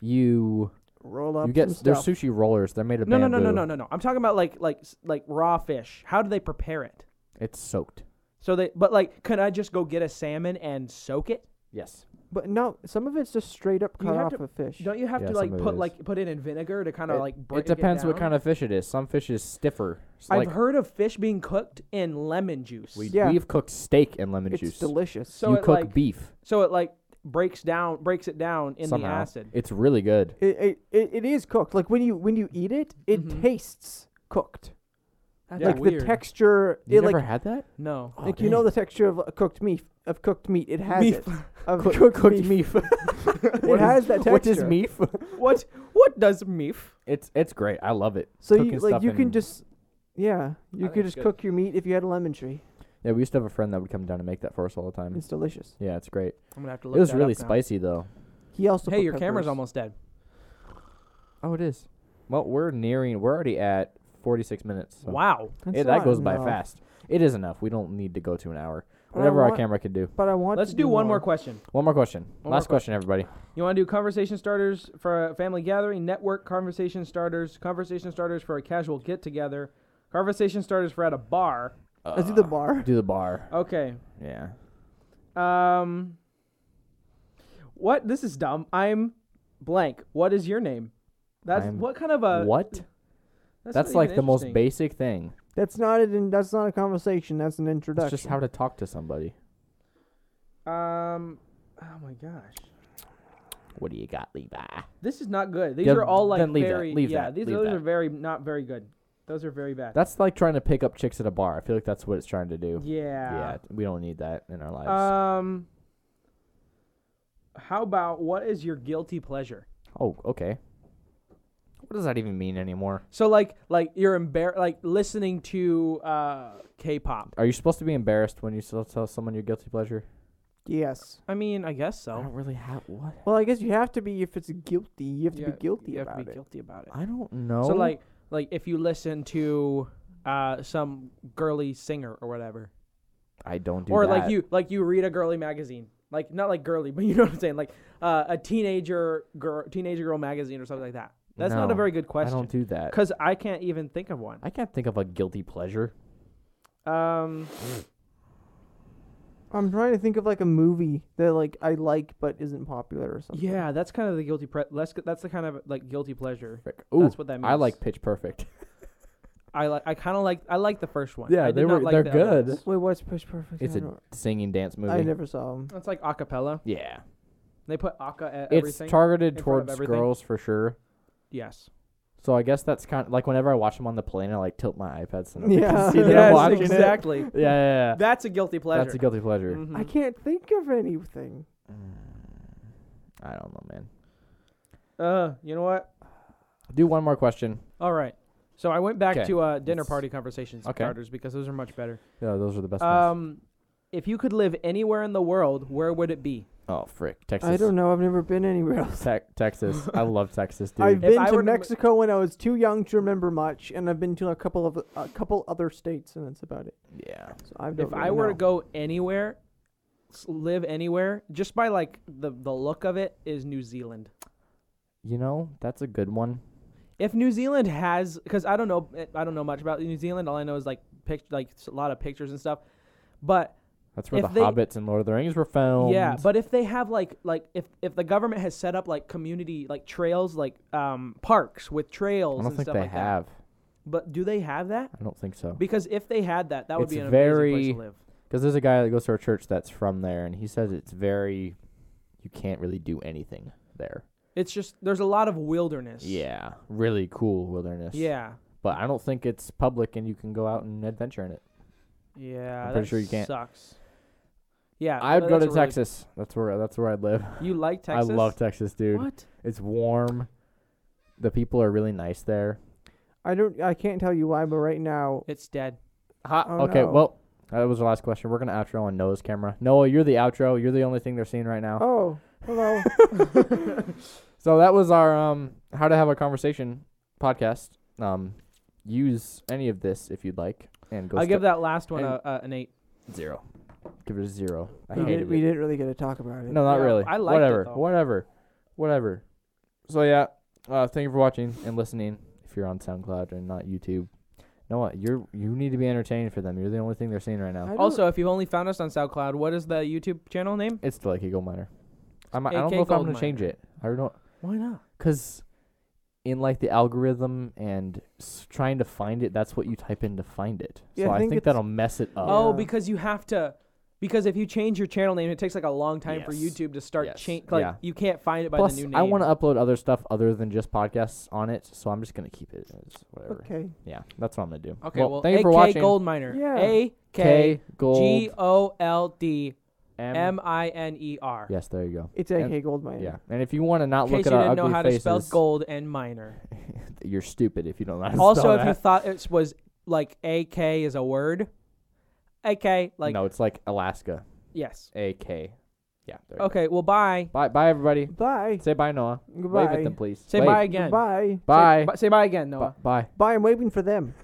Speaker 1: you
Speaker 3: roll up.
Speaker 1: you get
Speaker 3: some
Speaker 1: s- there's
Speaker 3: stuff.
Speaker 1: sushi rollers. They're made of
Speaker 2: No, no,
Speaker 1: bamboo.
Speaker 2: no, no, no, no, no. I'm talking about like like s- like raw fish. How do they prepare it?
Speaker 1: It's soaked.
Speaker 2: So they, but like, can I just go get a salmon and soak it?
Speaker 1: Yes.
Speaker 3: but no, some of it's just straight up
Speaker 2: You
Speaker 3: cut
Speaker 2: have
Speaker 3: off
Speaker 2: to-
Speaker 3: a fish.
Speaker 2: Don't you have
Speaker 1: Yeah,
Speaker 2: to like
Speaker 1: some of it
Speaker 2: put
Speaker 1: is.
Speaker 2: like put it in vinegar to kind of like break
Speaker 1: it depends what
Speaker 2: down?
Speaker 1: kind of fish it is. Some fish is stiffer. S-
Speaker 2: I've
Speaker 1: like
Speaker 2: heard of fish being cooked in lemon juice.
Speaker 1: we
Speaker 3: Yeah.
Speaker 1: we've cooked steak and lemon
Speaker 3: It's
Speaker 1: juice.
Speaker 3: delicious.
Speaker 2: so
Speaker 1: you
Speaker 2: it
Speaker 1: cook
Speaker 2: like
Speaker 1: beef.
Speaker 2: so it like breaks down breaks it down in
Speaker 1: Somehow.
Speaker 2: the acid.
Speaker 1: It's really good.
Speaker 3: It, it, it, it is cooked. Like when you when you eat it, it
Speaker 2: Mhm.
Speaker 3: tastes cooked.
Speaker 2: That's
Speaker 3: like the texture.
Speaker 1: You
Speaker 3: It
Speaker 1: never
Speaker 3: like
Speaker 1: had that?
Speaker 2: No.
Speaker 1: Oh,
Speaker 3: like you know the texture of uh, cooked meat of cooked meat. It has
Speaker 2: Meat.
Speaker 3: it of
Speaker 1: Cook-
Speaker 3: cooked,
Speaker 1: cooked
Speaker 3: meat.
Speaker 1: meef.
Speaker 3: It has that texture.
Speaker 1: What is meef?
Speaker 2: What what does meef?
Speaker 1: it's it's great. I love it.
Speaker 3: So
Speaker 1: Cooking
Speaker 3: you like
Speaker 1: stuff
Speaker 3: you can
Speaker 1: and-
Speaker 3: just yeah you
Speaker 2: think
Speaker 3: could
Speaker 2: it's
Speaker 3: just
Speaker 2: good.
Speaker 3: cook your meat if you had a lemon tree.
Speaker 1: Yeah, we used to have a friend that would come down and make that for us all the time.
Speaker 3: It's delicious.
Speaker 1: Yeah, it's great.
Speaker 2: I'm gonna have to
Speaker 1: It
Speaker 2: look.
Speaker 1: was
Speaker 2: that
Speaker 1: really
Speaker 2: up now.
Speaker 1: spicy though.
Speaker 3: He also
Speaker 2: Hey,
Speaker 3: put
Speaker 2: your camera's
Speaker 3: peppers.
Speaker 2: almost dead.
Speaker 1: Oh, it is. Well, we're nearing. We're already at 46 minutes. so-
Speaker 2: Wow.
Speaker 3: That's
Speaker 1: Yeah, that
Speaker 3: not
Speaker 1: goes by
Speaker 3: enough.
Speaker 1: fast. It is enough. We don't need to go to an hour.
Speaker 3: But I
Speaker 1: Whatever our
Speaker 3: want-
Speaker 1: camera can do.
Speaker 3: But I want.
Speaker 2: Let's
Speaker 3: to
Speaker 2: do one more
Speaker 3: more.
Speaker 2: question.
Speaker 1: One more question.
Speaker 2: One more
Speaker 1: Last question, everybody.
Speaker 2: You want to do conversation starters for a family gathering, network conversation starters, conversation starters for a casual get together, conversation starters for at a bar.
Speaker 3: Uh, Let's do the bar.
Speaker 1: Do the bar.
Speaker 2: Okay.
Speaker 1: Yeah.
Speaker 2: Um. What? This is dumb. I'm blank. What is your name? That's
Speaker 1: I'm-
Speaker 2: what kind of a
Speaker 1: what?
Speaker 2: Uh, That's,
Speaker 1: That's
Speaker 2: not
Speaker 1: like
Speaker 2: even
Speaker 1: the most
Speaker 2: interesting.
Speaker 1: basic thing.
Speaker 3: That's not an. That's not a conversation. That's an introduction.
Speaker 1: That's just how to talk to somebody.
Speaker 2: Um. Oh my gosh.
Speaker 1: What do you got, Levi?
Speaker 2: This is not good. These
Speaker 1: Yeah,
Speaker 2: are all like
Speaker 1: then leave that,
Speaker 2: very
Speaker 1: leave
Speaker 2: yeah.
Speaker 1: that,
Speaker 2: These
Speaker 1: leave
Speaker 2: those
Speaker 1: that.
Speaker 2: are very not very good. Those are very bad.
Speaker 1: That's like trying to pick up chicks at a bar. I feel like that's what it's trying to do.
Speaker 2: yeah.
Speaker 1: we don't need that in our lives.
Speaker 2: Um. How about what is your guilty pleasure?
Speaker 1: oh, okay. What does that even mean anymore?
Speaker 2: So like like you're embar like listening to uh K-pop.
Speaker 1: Are you supposed to be embarrassed when you still tell someone your guilty pleasure?
Speaker 3: Yes.
Speaker 2: I mean, I guess
Speaker 1: I
Speaker 2: so.
Speaker 1: don't really have what.
Speaker 3: Well, I guess you have to be if it's guilty. You have to be guilty
Speaker 2: you have
Speaker 3: about
Speaker 2: to be
Speaker 3: it.
Speaker 2: guilty about it.
Speaker 1: I don't know.
Speaker 2: So like like if you listen to uh some girly singer or whatever.
Speaker 1: I don't do
Speaker 2: or
Speaker 1: that.
Speaker 2: like you like you read a girly magazine. Like not like girly, but you know what I'm saying? Like uh, a teenager girl teenager girl magazine or something like that. That's not a
Speaker 1: No,
Speaker 2: very good
Speaker 1: I don't
Speaker 2: question.
Speaker 1: do that.
Speaker 2: Because I can't even think of one.
Speaker 1: I can't think of a guilty pleasure.
Speaker 2: Um
Speaker 3: I'm trying to think of like a movie that like I like but isn't popular or something.
Speaker 2: yeah, that's kind of the guilty pre- that's, that's the kind of like guilty pleasure.
Speaker 1: Like, Ooh,
Speaker 2: that's what that means.
Speaker 1: I like Pitch Perfect.
Speaker 2: I like. I kind of like. I like the first one.
Speaker 1: Yeah,
Speaker 2: I
Speaker 1: they
Speaker 2: did not
Speaker 1: were-
Speaker 2: Like
Speaker 1: they're
Speaker 2: the other
Speaker 1: good.
Speaker 2: ones.
Speaker 3: Wait, what's Pitch Perfect?
Speaker 1: It's
Speaker 3: I,
Speaker 1: a
Speaker 3: don't-
Speaker 1: singing dance movie.
Speaker 3: I never saw him.
Speaker 2: It's like acapella.
Speaker 1: yeah,
Speaker 2: They put aka at everything.
Speaker 1: it's targeted
Speaker 2: in front of
Speaker 1: towards
Speaker 2: everything.
Speaker 1: girls for sure.
Speaker 2: yes.
Speaker 1: So I guess that's kind of like whenever I watch them on the plane, I like tilt my iPad so nobody
Speaker 3: Yeah.
Speaker 1: can see that I'm
Speaker 3: Yes,
Speaker 1: watching it.
Speaker 2: exactly.
Speaker 1: Yeah, yeah, yeah.
Speaker 2: That's a guilty pleasure.
Speaker 1: That's a guilty pleasure.
Speaker 2: Mhm.
Speaker 3: I can't think of anything.
Speaker 1: I don't know, man.
Speaker 2: Uh, you know what?
Speaker 1: Do one more question.
Speaker 2: All right. So I went back
Speaker 1: 'Kay.
Speaker 2: to uh, dinner
Speaker 1: Let's-
Speaker 2: party conversations
Speaker 1: Okay.
Speaker 2: starters because those are much better.
Speaker 1: Yeah, those are the best ones.
Speaker 2: Um, if you could live anywhere in the world, where would it be?
Speaker 1: Oh frick, Texas.
Speaker 3: I don't know. I've never been anywhere else.
Speaker 1: Tex- Texas. I love Texas, dude.
Speaker 3: I've
Speaker 2: If
Speaker 3: been
Speaker 2: I
Speaker 3: to
Speaker 2: were to mo-
Speaker 3: Mexico when I was too young to remember much, and I've been to a couple of a couple other states, and that's about it.
Speaker 1: yeah.
Speaker 3: So I don't
Speaker 2: If
Speaker 3: really
Speaker 2: I were
Speaker 3: know.
Speaker 2: to go anywhere, s- live anywhere, just by like the the look of it, is New Zealand.
Speaker 1: You know, that's a good one.
Speaker 2: If New Zealand has, because I don't know, eh, I don't know much about New Zealand. All I know is like pic, like s- a lot of pictures and stuff. But
Speaker 1: That's where
Speaker 2: If
Speaker 1: the
Speaker 2: they-
Speaker 1: Hobbits and Lord of the Rings were filmed.
Speaker 2: yeah, but if they have like like if if the government has set up like community like trails like um parks with
Speaker 1: I
Speaker 2: trails
Speaker 1: don't
Speaker 2: and
Speaker 1: think
Speaker 2: stuff
Speaker 1: they
Speaker 2: like that.
Speaker 1: have.
Speaker 2: But do they have that?
Speaker 1: I don't think so.
Speaker 2: Because if they had that, that would be
Speaker 1: It's
Speaker 2: an
Speaker 1: very-
Speaker 2: amazing place to live.
Speaker 1: Because there's a guy that goes to our church that's from there, and he says it's very, you can't really do anything there.
Speaker 2: It's just there's a lot of wilderness.
Speaker 1: Yeah, really cool wilderness.
Speaker 2: Yeah.
Speaker 1: but I don't think it's public, and you can go out and adventure in it.
Speaker 2: Yeah.
Speaker 1: I'm
Speaker 2: that
Speaker 1: pretty sure you can't.
Speaker 2: Sucks. Yeah.
Speaker 1: I'd
Speaker 2: tha-
Speaker 1: go to
Speaker 2: that's a really-
Speaker 1: Texas. That's where that's where I'd live.
Speaker 2: you like Texas?
Speaker 1: I love Texas, dude.
Speaker 2: What?
Speaker 1: It's warm. The people are really nice there.
Speaker 3: I don't. I can't tell you why, but right now,
Speaker 2: It's dead.
Speaker 1: Ha-
Speaker 3: Oh,
Speaker 1: okay,
Speaker 3: no.
Speaker 1: well, that was the last question. We're gonna outro on Noah's camera. Noah, you're the outro. You're the only thing they're seeing right now.
Speaker 3: oh, hello.
Speaker 1: So that was our um how to have a conversation podcast. Um, use any of this if you'd like, and go.
Speaker 2: I'll give
Speaker 1: st-
Speaker 2: that last one a,
Speaker 1: and-
Speaker 2: a, an eight.
Speaker 1: zero. Give it a zero. I
Speaker 3: we,
Speaker 1: hated
Speaker 3: did,
Speaker 1: it.
Speaker 3: we didn't really get to talk about it.
Speaker 1: No, not
Speaker 2: Yeah,
Speaker 1: really.
Speaker 2: I liked it,
Speaker 1: whatever,
Speaker 2: though.
Speaker 1: whatever, whatever. So yeah, uh, thank you for watching and listening. If you're on SoundCloud and not YouTube, Noah, you're you need to be entertaining for them. You're the only thing they're seeing right
Speaker 3: I
Speaker 1: now.
Speaker 3: don't-
Speaker 2: Also, if you've only found us on SoundCloud, what is the YouTube channel name?
Speaker 1: It's still like a gold miner. I'm, I don't
Speaker 2: AK
Speaker 1: know if I'm
Speaker 2: Gold
Speaker 1: gonna change
Speaker 2: Miner.
Speaker 1: it. I don't
Speaker 2: Why not?
Speaker 1: because in like the algorithm and s- trying to find it, that's what you type in to find it.
Speaker 3: Yeah,
Speaker 1: so
Speaker 3: I
Speaker 1: I
Speaker 3: think
Speaker 1: think,
Speaker 3: it's-
Speaker 1: that'll mess it up.
Speaker 2: Oh,
Speaker 3: Yeah.
Speaker 2: because you have to Because if you change your channel name, it takes like a long time for
Speaker 1: Yes.
Speaker 2: YouTube to start
Speaker 1: Yes.
Speaker 2: change. Like
Speaker 1: Yeah.
Speaker 2: you can't find it by
Speaker 1: Plus,
Speaker 2: the new name.
Speaker 1: I want to upload other stuff other than just podcasts on it, so I'm just gonna keep it as whatever.
Speaker 3: Okay.
Speaker 1: Yeah, that's what I'm gonna do.
Speaker 2: Okay, well,
Speaker 1: thank you for
Speaker 2: AK
Speaker 1: watching.
Speaker 2: Gold Miner.
Speaker 3: Yeah.
Speaker 2: A K
Speaker 1: K Gold
Speaker 2: G O L D
Speaker 1: M.
Speaker 2: M I N E R.
Speaker 1: Yes, there you go.
Speaker 3: It's
Speaker 1: And-
Speaker 3: AK Goldmine.
Speaker 1: Yeah, and if you want to not
Speaker 2: In case
Speaker 1: look
Speaker 2: you
Speaker 1: at our
Speaker 2: didn't know
Speaker 1: ugly
Speaker 2: how to
Speaker 1: faces,
Speaker 2: spell gold and miner.
Speaker 1: you're stupid if you don't know. How to
Speaker 2: Also,
Speaker 1: spell
Speaker 2: if you
Speaker 1: that.
Speaker 2: thought it was like AK is a word, AK like
Speaker 1: no, it's like Alaska.
Speaker 2: yes.
Speaker 1: A K. Yeah. There you go.
Speaker 2: Okay, well, bye.
Speaker 1: Bye, bye, everybody.
Speaker 3: Bye.
Speaker 1: Say bye, Noah.
Speaker 3: Goodbye.
Speaker 1: Wave at them, please.
Speaker 2: Say
Speaker 1: Wave.
Speaker 2: bye again.
Speaker 3: Goodbye.
Speaker 1: Bye.
Speaker 2: Say, say bye again,
Speaker 1: Bu-
Speaker 2: Noah.
Speaker 1: Bye.
Speaker 3: Bye. I'm waving for them.